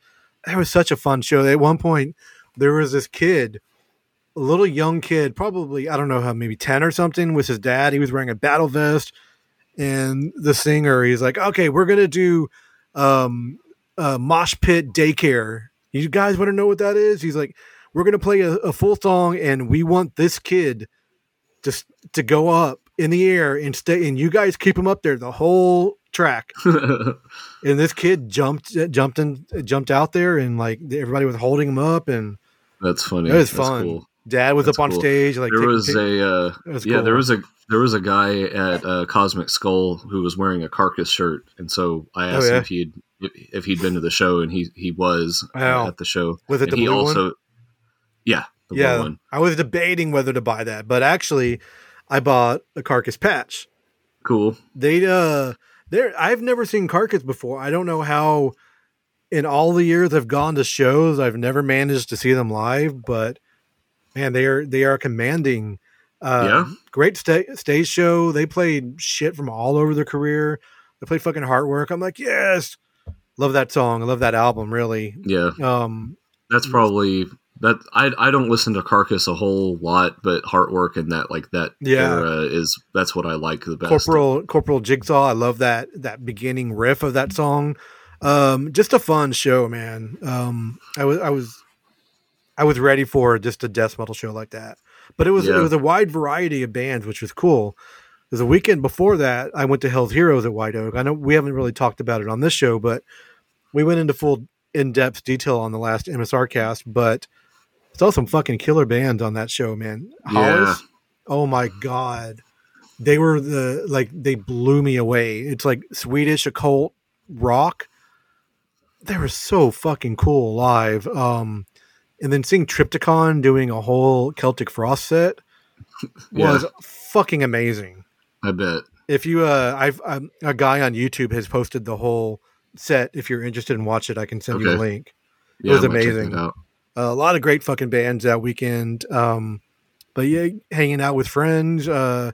S3: it was such a fun show. At one point, there was this kid a little young kid, probably I don't know how maybe ten or something, with his dad. He was wearing a battle vest, and the singer he's like, "Okay, we're gonna do um, uh, mosh pit daycare. You guys want to know what that is?" He's like, "We're gonna play a, a full song, and we want this kid just to go up in the air and stay, and you guys keep him up there the whole track." and this kid jumped, uh, jumped and jumped out there, and like everybody was holding him up, and
S6: That's funny.
S3: it was
S6: That's
S3: fun.
S6: cool.
S3: Dad was
S6: That's
S3: up on
S6: cool.
S3: stage, like
S6: there
S3: taking
S6: was
S3: pic-
S6: a uh,
S3: It was
S6: yeah,
S3: cool.
S6: there was a there was a guy at uh, Cosmic Skull who was wearing a carcass shirt, and so I asked
S3: Oh, yeah.
S6: him if he'd if, if he'd been to the show, and he he was uh,
S3: Wow.
S6: at the show.
S3: Was it
S6: and
S3: the
S6: he
S3: blue one?
S6: also, Yeah, the blue
S3: yeah,
S6: one.
S3: I was debating whether to buy that, but actually, I bought a carcass patch.
S6: Cool.
S3: They uh there I've never seen carcass before. I don't know how in all the years I've gone to shows, I've never managed to see them live, but man, they are they are commanding. Uh,
S6: Yeah.
S3: great sta- stage show. They played shit from all over their career. They played fucking Heartwork. I'm like, yes, love that song. I love that album. Really,
S6: Yeah.
S3: um,
S6: That's probably that I I don't listen to Carcass a whole lot, but Heartwork and that like that
S3: Yeah.
S6: era is that's what I like the best.
S3: Corporal Corporal Jigsaw. I love that that beginning riff of that song. Um, just a fun show, man. Um, I was I was I was ready for just a death metal show like that. But it was
S6: Yeah.
S3: it was a wide variety of bands, which was cool. There's a weekend before that, I went to Hell's Heroes at White Oak. I know we haven't really talked about it on this show, but we went into full in-depth detail on the last MSR cast, but saw some fucking killer bands on that show, man. Hollis, oh my god, they were the like they blew me away. It's like Swedish occult rock. They were so fucking cool live. Um, and then seeing Triptychon doing a whole Celtic Frost set
S6: Yeah,
S3: was fucking amazing
S6: I bet.
S3: if you uh i've um, a guy on youtube has posted the whole set if you're interested and watch it i can send you a
S6: Okay.
S3: link
S6: Yeah,
S3: was
S6: I might check
S3: amazing.
S6: that out.
S3: a lot of great fucking bands that weekend um but yeah hanging out with friends uh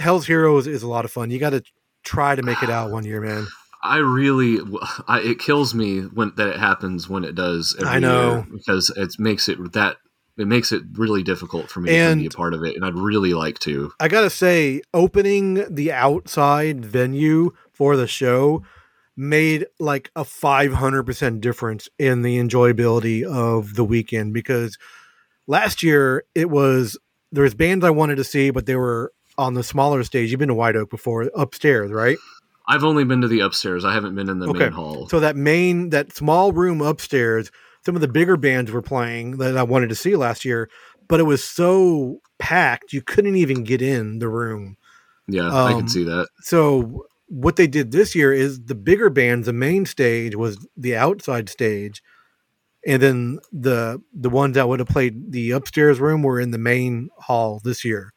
S3: hell's heroes is a lot of fun you gotta try to make it out one year man
S6: I really, I, it kills me when that it happens when it does. Every
S3: I know.
S6: year, because it makes it that it makes it really difficult for me
S3: And-
S6: to be a part of it, and I'd really like to.
S3: I gotta say, opening the outside venue for the show made like a 500% difference in the enjoyability of the weekend because last year it was there was bands I wanted to see, but they were on the smaller stage. You've been to White Oak before, upstairs, right?
S6: I've only been to the upstairs. I haven't been in the
S3: Okay.
S6: main hall.
S3: So that main, that small room upstairs, some of the bigger bands were playing that I wanted to see last year, but it was so packed you couldn't even get in the room.
S6: yeah, I
S3: um,
S6: can see that.
S3: so what they did this year is the bigger bands the main stage was the outside stage and then the the ones that would have played the upstairs room were in the main hall this year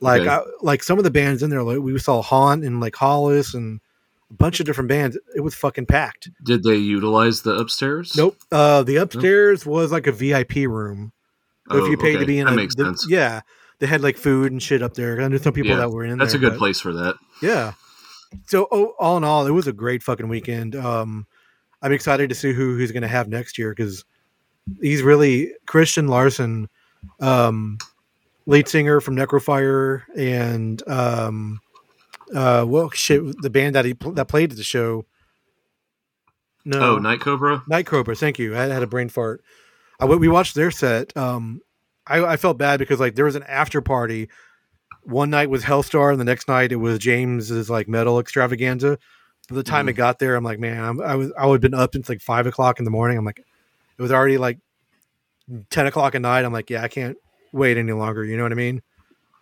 S3: like
S6: Okay.
S3: I, like some of the bands in there like we saw haunt and like hollis and a bunch of different bands it was fucking packed
S6: Did they utilize the upstairs?
S3: nope uh the upstairs was like a vip room
S6: Mm. Oh,
S3: if you paid to
S6: okay.
S3: be in
S6: that
S3: a,
S6: makes
S3: the-
S6: sense.
S3: yeah they had like food and shit up there i knew some people
S6: Yeah,
S3: that were in
S6: That's
S3: there
S6: a good
S3: but-
S6: place for that.
S3: yeah. So oh, all in all, it was a great fucking weekend. Um, I'm excited to see who he's going to have next year because he's really Christian Larson, um, lead singer from Necrofire, and um, uh, well, shit, the band that he pl- that played at the show. No,
S6: Oh, Night Cobra.
S3: Night Cobra. Thank you. I had a brain fart. I, we watched their set. Um, I, I felt bad because like there was an after party. One night was Hellstar, and the next night it was James's like metal extravaganza. By the
S6: Mm-hmm.
S3: time it got there, I'm like, man, I'm, I was I would have been up since like five o'clock in the morning. I'm like, it was already like ten o'clock at night. I'm like, yeah, I can't wait any longer. You know what I mean?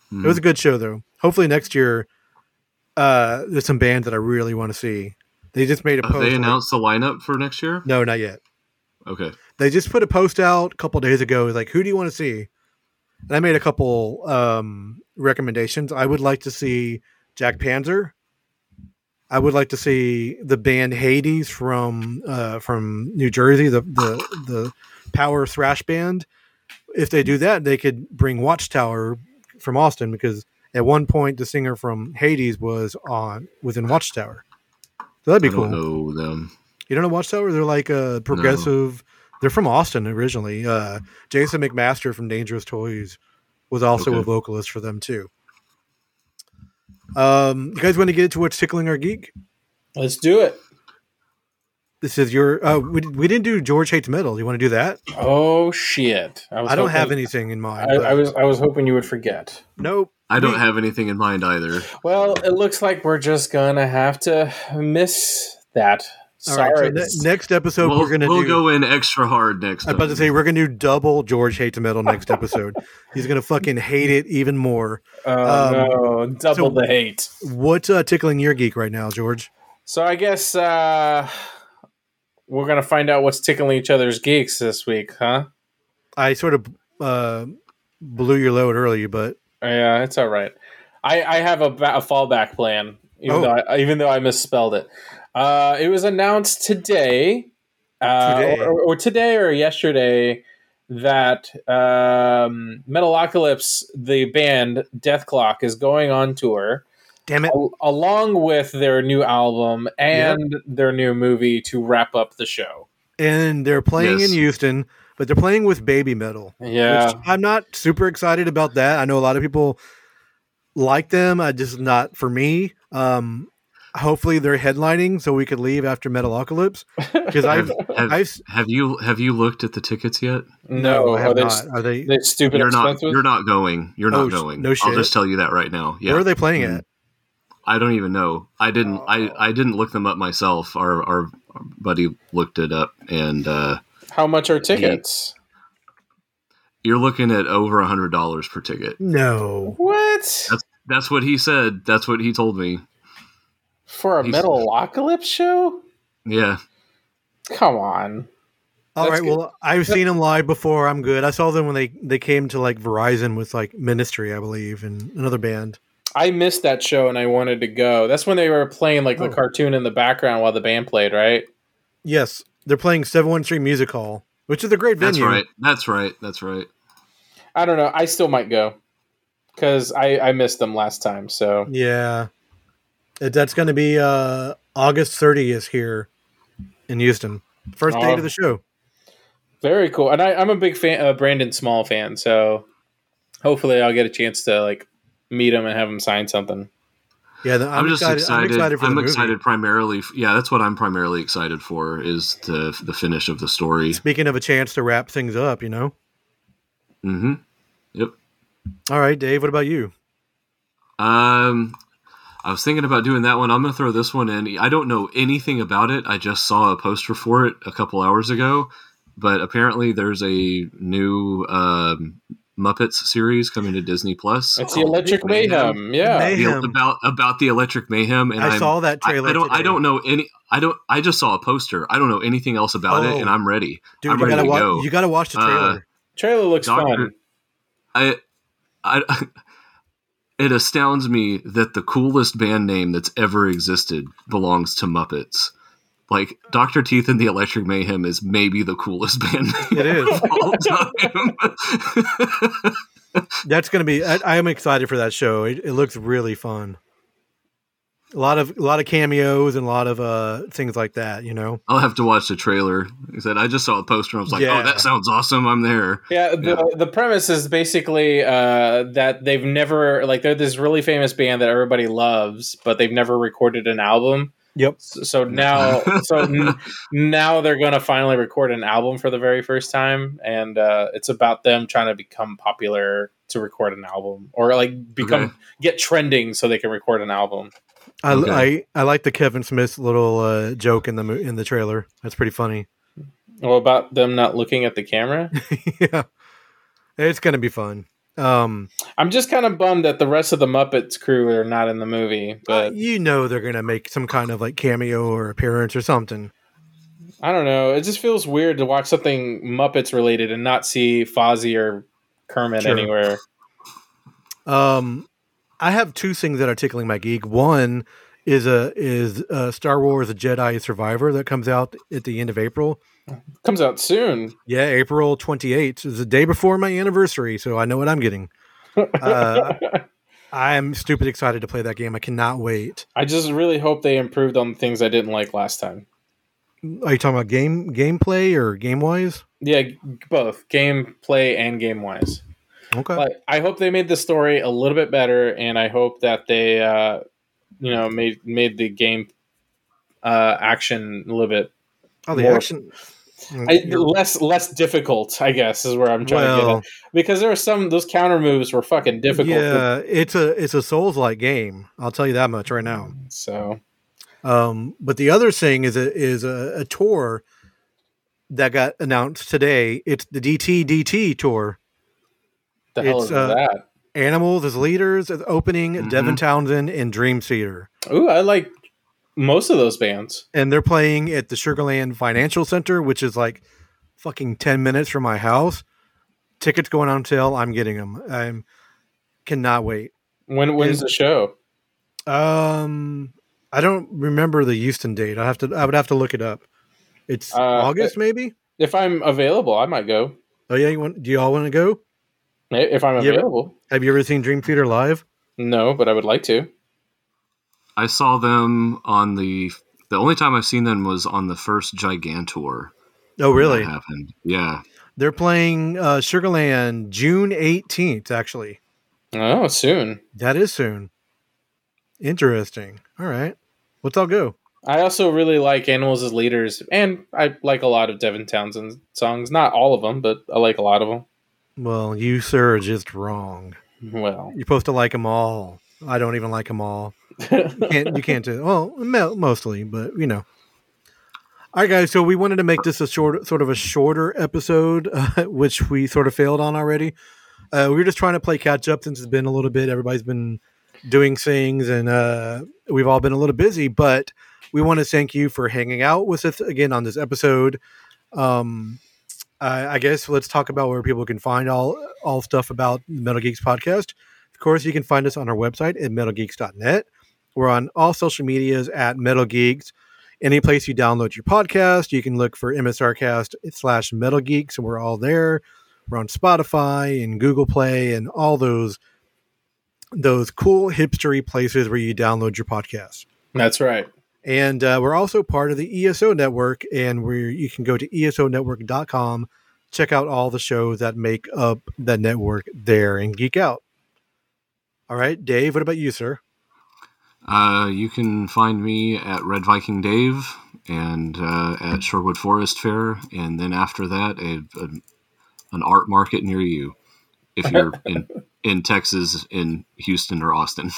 S6: Hmm.
S3: It
S6: Mm.
S3: was a good show though. Hopefully next year, uh, there's some bands that I really want to see. They just made a
S6: Have
S3: post.
S6: they
S3: like-
S6: announced the lineup for next year?
S3: no, not yet
S6: Okay.
S3: they just put a post out a couple days ago like who do you want to see and i made a couple um recommendations i would like to see jack panzer i would like to see the band hades from uh from new jersey the the, the power thrash band if they do that they could bring watchtower from austin because at one point the singer from hades was on was in watchtower so that'd be
S6: I
S3: cool
S6: don't know them.
S3: you don't know Watchtower? They're like a progressive. They're from Austin originally. Uh, Jason McMaster from Dangerous Toys was also a
S6: Okay.
S3: vocalist for them too. Um, you guys want to get into what's tickling our geek?
S5: Let's do it.
S3: This is your. Uh, we, we didn't do George hates metal. You want to do that?
S5: Oh shit! was
S3: I don't
S5: hoping-
S3: have anything in mind.
S5: I,
S3: but-
S5: I was I was hoping you would forget.
S3: nope.
S6: I don't
S3: We-
S6: have anything in mind either.
S5: Well, it looks like we're just gonna have to miss that.
S3: All right.
S5: Sorry.
S3: So ne- next episode
S6: we'll
S3: we're gonna
S6: we'll
S3: do.
S6: go in extra hard next
S3: I'm
S6: time.
S3: about to say we're gonna do double George hates metal next episode. He's gonna fucking hate it even more.
S5: oh no! Double
S3: um, so-
S5: the hate.
S3: What's uh, tickling your geek right now, George?
S5: So I guess uh, we're gonna find out what's tickling each other's geeks this week, huh?
S3: I sort of uh, blew your load early, but
S5: Yeah, it's all right. I, I have a, ba- a fallback plan, even
S3: Oh.
S5: though I, even though I misspelled it. Uh, it was announced today, uh,
S3: Today.
S5: Or, or today or yesterday that um, Metalocalypse, the band Death Clock, is going on tour
S3: Damn it.
S5: al- along with their new album and their new movie to wrap up the show.
S3: And they're playing
S6: Yes.
S3: in Houston, but they're playing with baby metal.
S5: Yeah,
S3: Which I'm not super excited about that. I know a lot of people like them. I just not for me. Um, hopefully they're headlining so we could leave after Metalocalypse because I've
S6: Have,
S3: I've
S6: have you have you looked at the tickets yet?
S5: no,
S3: I have
S5: are they,
S3: not.
S5: s-
S3: Are they?
S5: they stupid
S6: You're not.
S5: expensive?
S6: You're not going. You're
S3: Oh,
S6: not
S3: sh-
S6: going.
S3: no
S6: I'll
S3: shit.
S6: just tell you that right now. Yeah.
S3: Where are they playing
S6: Mm.
S3: at?
S6: I don't even know. I didn't.
S3: Oh.
S6: I, I didn't look them up myself. Our our buddy looked it up, and uh,
S5: How much are tickets?
S6: you're looking at over a hundred dollars per ticket.
S3: No.
S5: What?
S6: That's what he said. That's what he told me.
S5: For a
S6: He's-
S5: Metalocalypse show?
S6: Yeah.
S5: Come on.
S3: All right.
S5: That's good.
S3: Well, I've seen them live before. I'm good. I saw them when they they came to like Verizon with like Ministry, I believe, and another band.
S5: I missed that show and I wanted to go. That's when they were playing like the
S3: Oh.
S5: cartoon in the background while the band played, right?
S3: Yes, they're playing Seven One Street Music Hall, which is a great
S6: That's
S3: venue.
S6: right. That's right. That's right.
S5: I don't know. I still might go because I, I missed them last time. So
S3: Yeah, That- that's going to be uh, August 30th here in Houston. First day
S5: Oh.
S3: of the show.
S5: very cool. And I, I'm a big fan, uh, Brandon Small fan. So hopefully I'll get a chance to like meet him and have him sign something.
S3: Yeah, the-
S6: I'm,
S3: I'm,
S6: just
S3: excited. I'm
S6: excited.
S3: excited for
S6: I'm
S3: the
S6: excited
S3: movie.
S6: primarily. f- Yeah, that's what I'm primarily excited for is the the finish of the story.
S3: Speaking of a chance to wrap things up, you know.
S6: hmm
S3: All right, Dave. What about you?
S6: Um, I was thinking about doing that one. I'm going to throw this one in. I don't know anything about it. I just saw a poster for it a couple hours ago, but apparently there's a new um, Muppets series coming to Disney Plus.
S5: It's the Electric Mayhem. Yeah.
S3: May-
S6: The-
S3: Mayhem.
S6: about about the Electric Mayhem, and
S3: I
S6: I'm-
S3: saw that
S6: I,
S3: trailer.
S6: I don't. I
S3: today.
S6: don't know any. I don't. I just saw a poster. I don't know anything else about
S3: Oh.
S6: it, and I'm ready.
S3: Dude,
S6: I'm
S3: you
S6: ready
S3: gotta
S6: to
S3: watch.
S6: go.
S3: You gotta watch the trailer.
S6: Uh,
S5: Trailer looks fun.
S6: Doctor- I, I, it astounds me that the coolest band name that's ever existed belongs to Muppets. Like Doctor Teeth and the Electric Mayhem is maybe the coolest band name
S3: it is.
S6: of all time.
S3: That's gonna be. I, I am excited for that show. It, it looks really fun. A lot of a lot of cameos and a lot of uh things like that. You know.
S6: I'll have to watch the trailer. Like I said I just saw a poster. and I was like,
S3: Yeah.
S6: "Oh, that sounds awesome! I'm there."
S5: Yeah, the, the premise is basically uh, that they've never like they're this really famous band that everybody loves, but they've never recorded an album.
S3: Yep.
S5: So, so now, so n- now they're gonna finally record an album for the very first time, and uh, it's about them trying to become popular to record an album or like become
S6: Okay.
S5: get trending so they can record an album.
S3: I,
S6: Okay.
S3: I I like the Kevin Smith little uh, joke in the mo- in the trailer. That's pretty funny.
S5: Well, about them not looking at the camera.
S3: yeah, it's gonna be fun. Um,
S5: I'm just kind of bummed that the rest of the Muppets crew are not in the movie, but
S3: you know they're gonna make some kind of like cameo or appearance or something.
S5: I don't know. It just feels weird to watch something Muppets related and not see Fozzie or Kermit
S3: Sure.
S5: anywhere.
S3: Um, I have two things that are tickling my geek. One is a is uh Star Wars: A Jedi Survivor that comes out at the end of April.
S5: Comes out soon.
S3: Yeah, April twenty eighth is the day before my anniversary, so I know what I'm getting. Uh, I am stupid excited to play that game. I cannot wait.
S5: I just really hope they improved on the things I didn't like last time.
S3: Are you talking about game gameplay or game wise?
S5: Yeah, g- both game play and game wise.
S3: Okay.
S5: Like, I hope they made the story a little bit better, and I hope that they, uh, you know, made made the game uh, action a little bit
S3: oh, the
S5: more-
S3: action. Mm,
S5: I,
S3: You're-
S5: less less difficult. I guess is where I'm trying to get
S3: well,
S5: at because there are some those counter moves were fucking difficult.
S3: yeah, it's a it's a Souls like game. I'll tell you that much right now.
S5: So
S3: Um, but the other thing is a is a, a tour that got announced today. It's the DT DT tour.
S5: the hell
S3: It's,
S5: is
S3: uh,
S5: that?
S3: Animals as leaders is opening
S5: Mm-hmm.
S6: Mhm.
S3: Devin Townsend and Dream Theater.
S5: Ooh, I like most of those bands.
S3: and they're playing at the Sugarland Financial Center, which is like fucking ten minutes from my house. Tickets going on sale. I'm getting them. I'm cannot wait.
S5: When when's the show?
S3: Um, I don't remember the Houston date. I have to. I would have to look it up. It's
S5: Uh,
S3: August, maybe.
S5: If I'm available, I might go.
S3: Oh yeah, you want? Do you all want to go?
S5: If I'm
S3: Yeah.
S5: available,
S3: Have you ever seen Dream Theater live?
S5: no, but I would like to.
S6: I saw them on the the only time I've seen them was on the first Gigantor.
S3: Oh really?
S6: That happened. Yeah.
S3: They're playing uh, Sugarland June eighteenth. Actually,
S5: Oh, soon.
S3: that is soon. Interesting. All right, let's all go.
S5: I also really like Animals as Leaders, and I like a lot of Devin Townsend songs. Not all of them, but I like a lot of them.
S3: Well, you sir are just wrong.
S5: Well,
S3: You're supposed to like them all. I don't even like them all. can't you can't do well mo- mostly but you know all right guys so we wanted to make this a short sort of a shorter episode uh, which we sort of failed on already uh, we were just trying to play catch up since it's been a little bit everybody's been doing things and uh, we've all been a little busy but we want to thank you for hanging out with us again on this episode um, I, I guess let's talk about where people can find all all stuff about the metal geeks podcast of course you can find us on our website at metalgeeks.net we're on all social medias at Metal Geeks. Any place you download your podcast, you can look for MSRcast slash Metal Geeks, and we're all there. We're on Spotify and Google Play and all those those cool hipstery places where you download your podcast.
S5: that's right.
S3: And uh, we're also part of the ESO network, and where you can go to E esonetwork.com, check out all the shows that make up that network there, and geek out. All right, Dave. What about you, sir?
S6: Uh, you can find me at Red Viking Dave and uh, at Sherwood Forest Fair, and then after that, a, a, an art market near you if you're in, in Texas, in Houston, or Austin.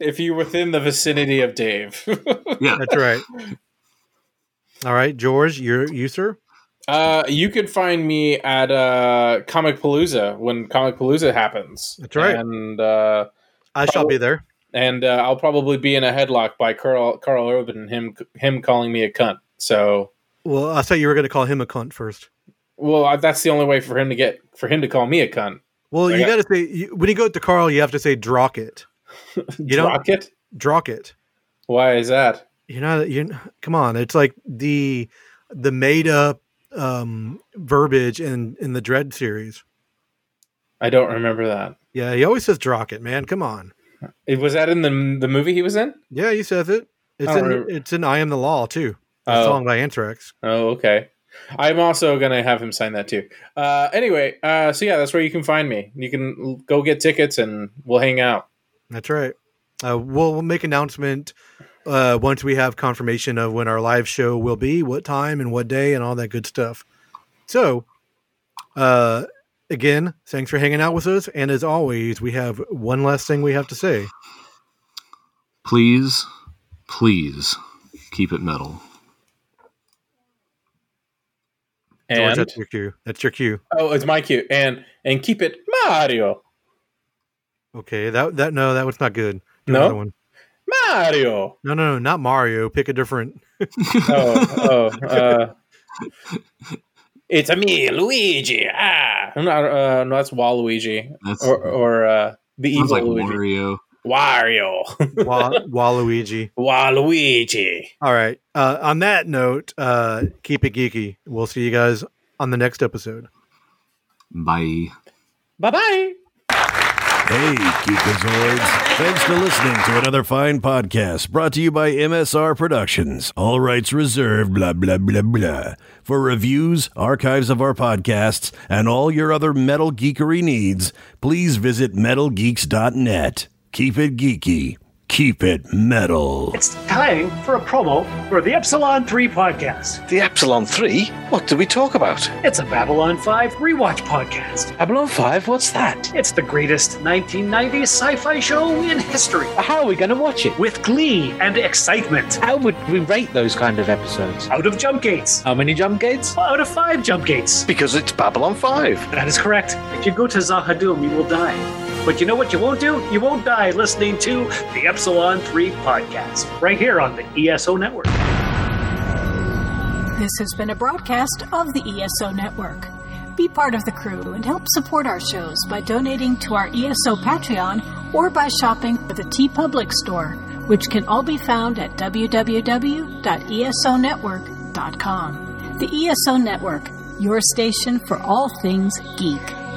S5: If you're within the vicinity of Dave,
S6: yeah.
S3: That's right. All right, George, you're you sir.
S5: uh, you can find me at uh, Comic Palooza when Comic Palooza happens.
S3: That's right.
S5: and uh,
S3: I shall be there.
S5: and uh, I'll probably be in a headlock by Carl Carl Urban and him him calling me a cunt. So,
S3: Well, I thought you were going to call him a cunt first.
S5: well, I, that's the only way for him to get for him to call me a cunt.
S3: Well,
S5: I
S3: you
S5: got-
S3: got to say you, when you go to Carl, you have to say drock it, You don't-
S5: Rocket?
S3: drock it.
S5: Why is that?
S3: You know, you come on. It's like the the made up um, verbiage in in the Dread series.
S5: I don't remember that.
S3: Yeah, he always says drock it, man. Come on.
S5: It was that in the the movie he was in.
S3: Yeah, he says it. It's
S5: I don't
S3: in
S5: remember.
S3: it's in I Am the Law too. The
S5: Oh.
S3: song by Anthrax.
S5: Oh, okay. I'm also gonna have him sign that too. Uh, anyway, uh, so yeah, that's where you can find me. You can l- go get tickets and we'll hang out.
S3: That's right. Uh, we'll, we'll make announcement uh, once we have confirmation of when our live show will be, what time and what day, and all that good stuff. So, uh, again, thanks for hanging out with us. And as always, we have one last thing we have to say.
S6: Please, please keep it metal.
S3: George,
S5: And
S3: that's your cue. That's your cue.
S5: oh, it's my cue. And and keep it Mario,
S3: Okay, that that no, that was not good. Do
S5: No?
S3: another one.
S5: Mario.
S3: no, no, no, not Mario. Pick a different.
S5: oh, oh, uh, it's a me, Luigi. Ah, no, uh, no, that's Waluigi
S6: That's
S5: or or uh, the
S6: sounds
S5: evil
S6: like
S5: Luigi,
S6: Wario.
S5: Wario,
S3: Wa- Waluigi.
S5: Waluigi.
S3: All right. Uh, on that note, uh, keep it geeky. We'll see you guys on the next episode.
S6: Bye.
S5: Bye bye.
S2: Hey, Geekazoids. Thanks for listening to another fine podcast brought to you by MSR Productions. All rights reserved, blah, blah, blah, blah. For reviews, archives of our podcasts, and all your other metal geekery needs, please visit metalgeeks.net. Keep it geeky. Keep it metal.
S8: It's time for a promo for the Epsilon 3 podcast.
S9: The Epsilon 3? What do we talk about?
S8: It's a Babylon 5 rewatch podcast.
S9: Epsilon 5? What's that?
S8: It's the greatest 1990s sci fi show in history.
S9: How are we going to watch it?
S8: With glee and excitement.
S9: How would we rate those kind of episodes?
S8: Out of jump gates.
S9: How many jump gates?
S8: Out of five jump gates.
S9: Because it's Babylon 5.
S8: That is correct. If you go to Zahadum, you will die. But you know what you won't do? You won't die listening to the Epsilon 3 podcast, right here on the ESO Network.
S1: This has been a broadcast of the ESO E Network. Be part of the crew and help support our shows by donating to our ESO Patreon or by shopping at the T Public store, which can all be found at E www.esonetwork.com. The ESO Network, your station for all things geek.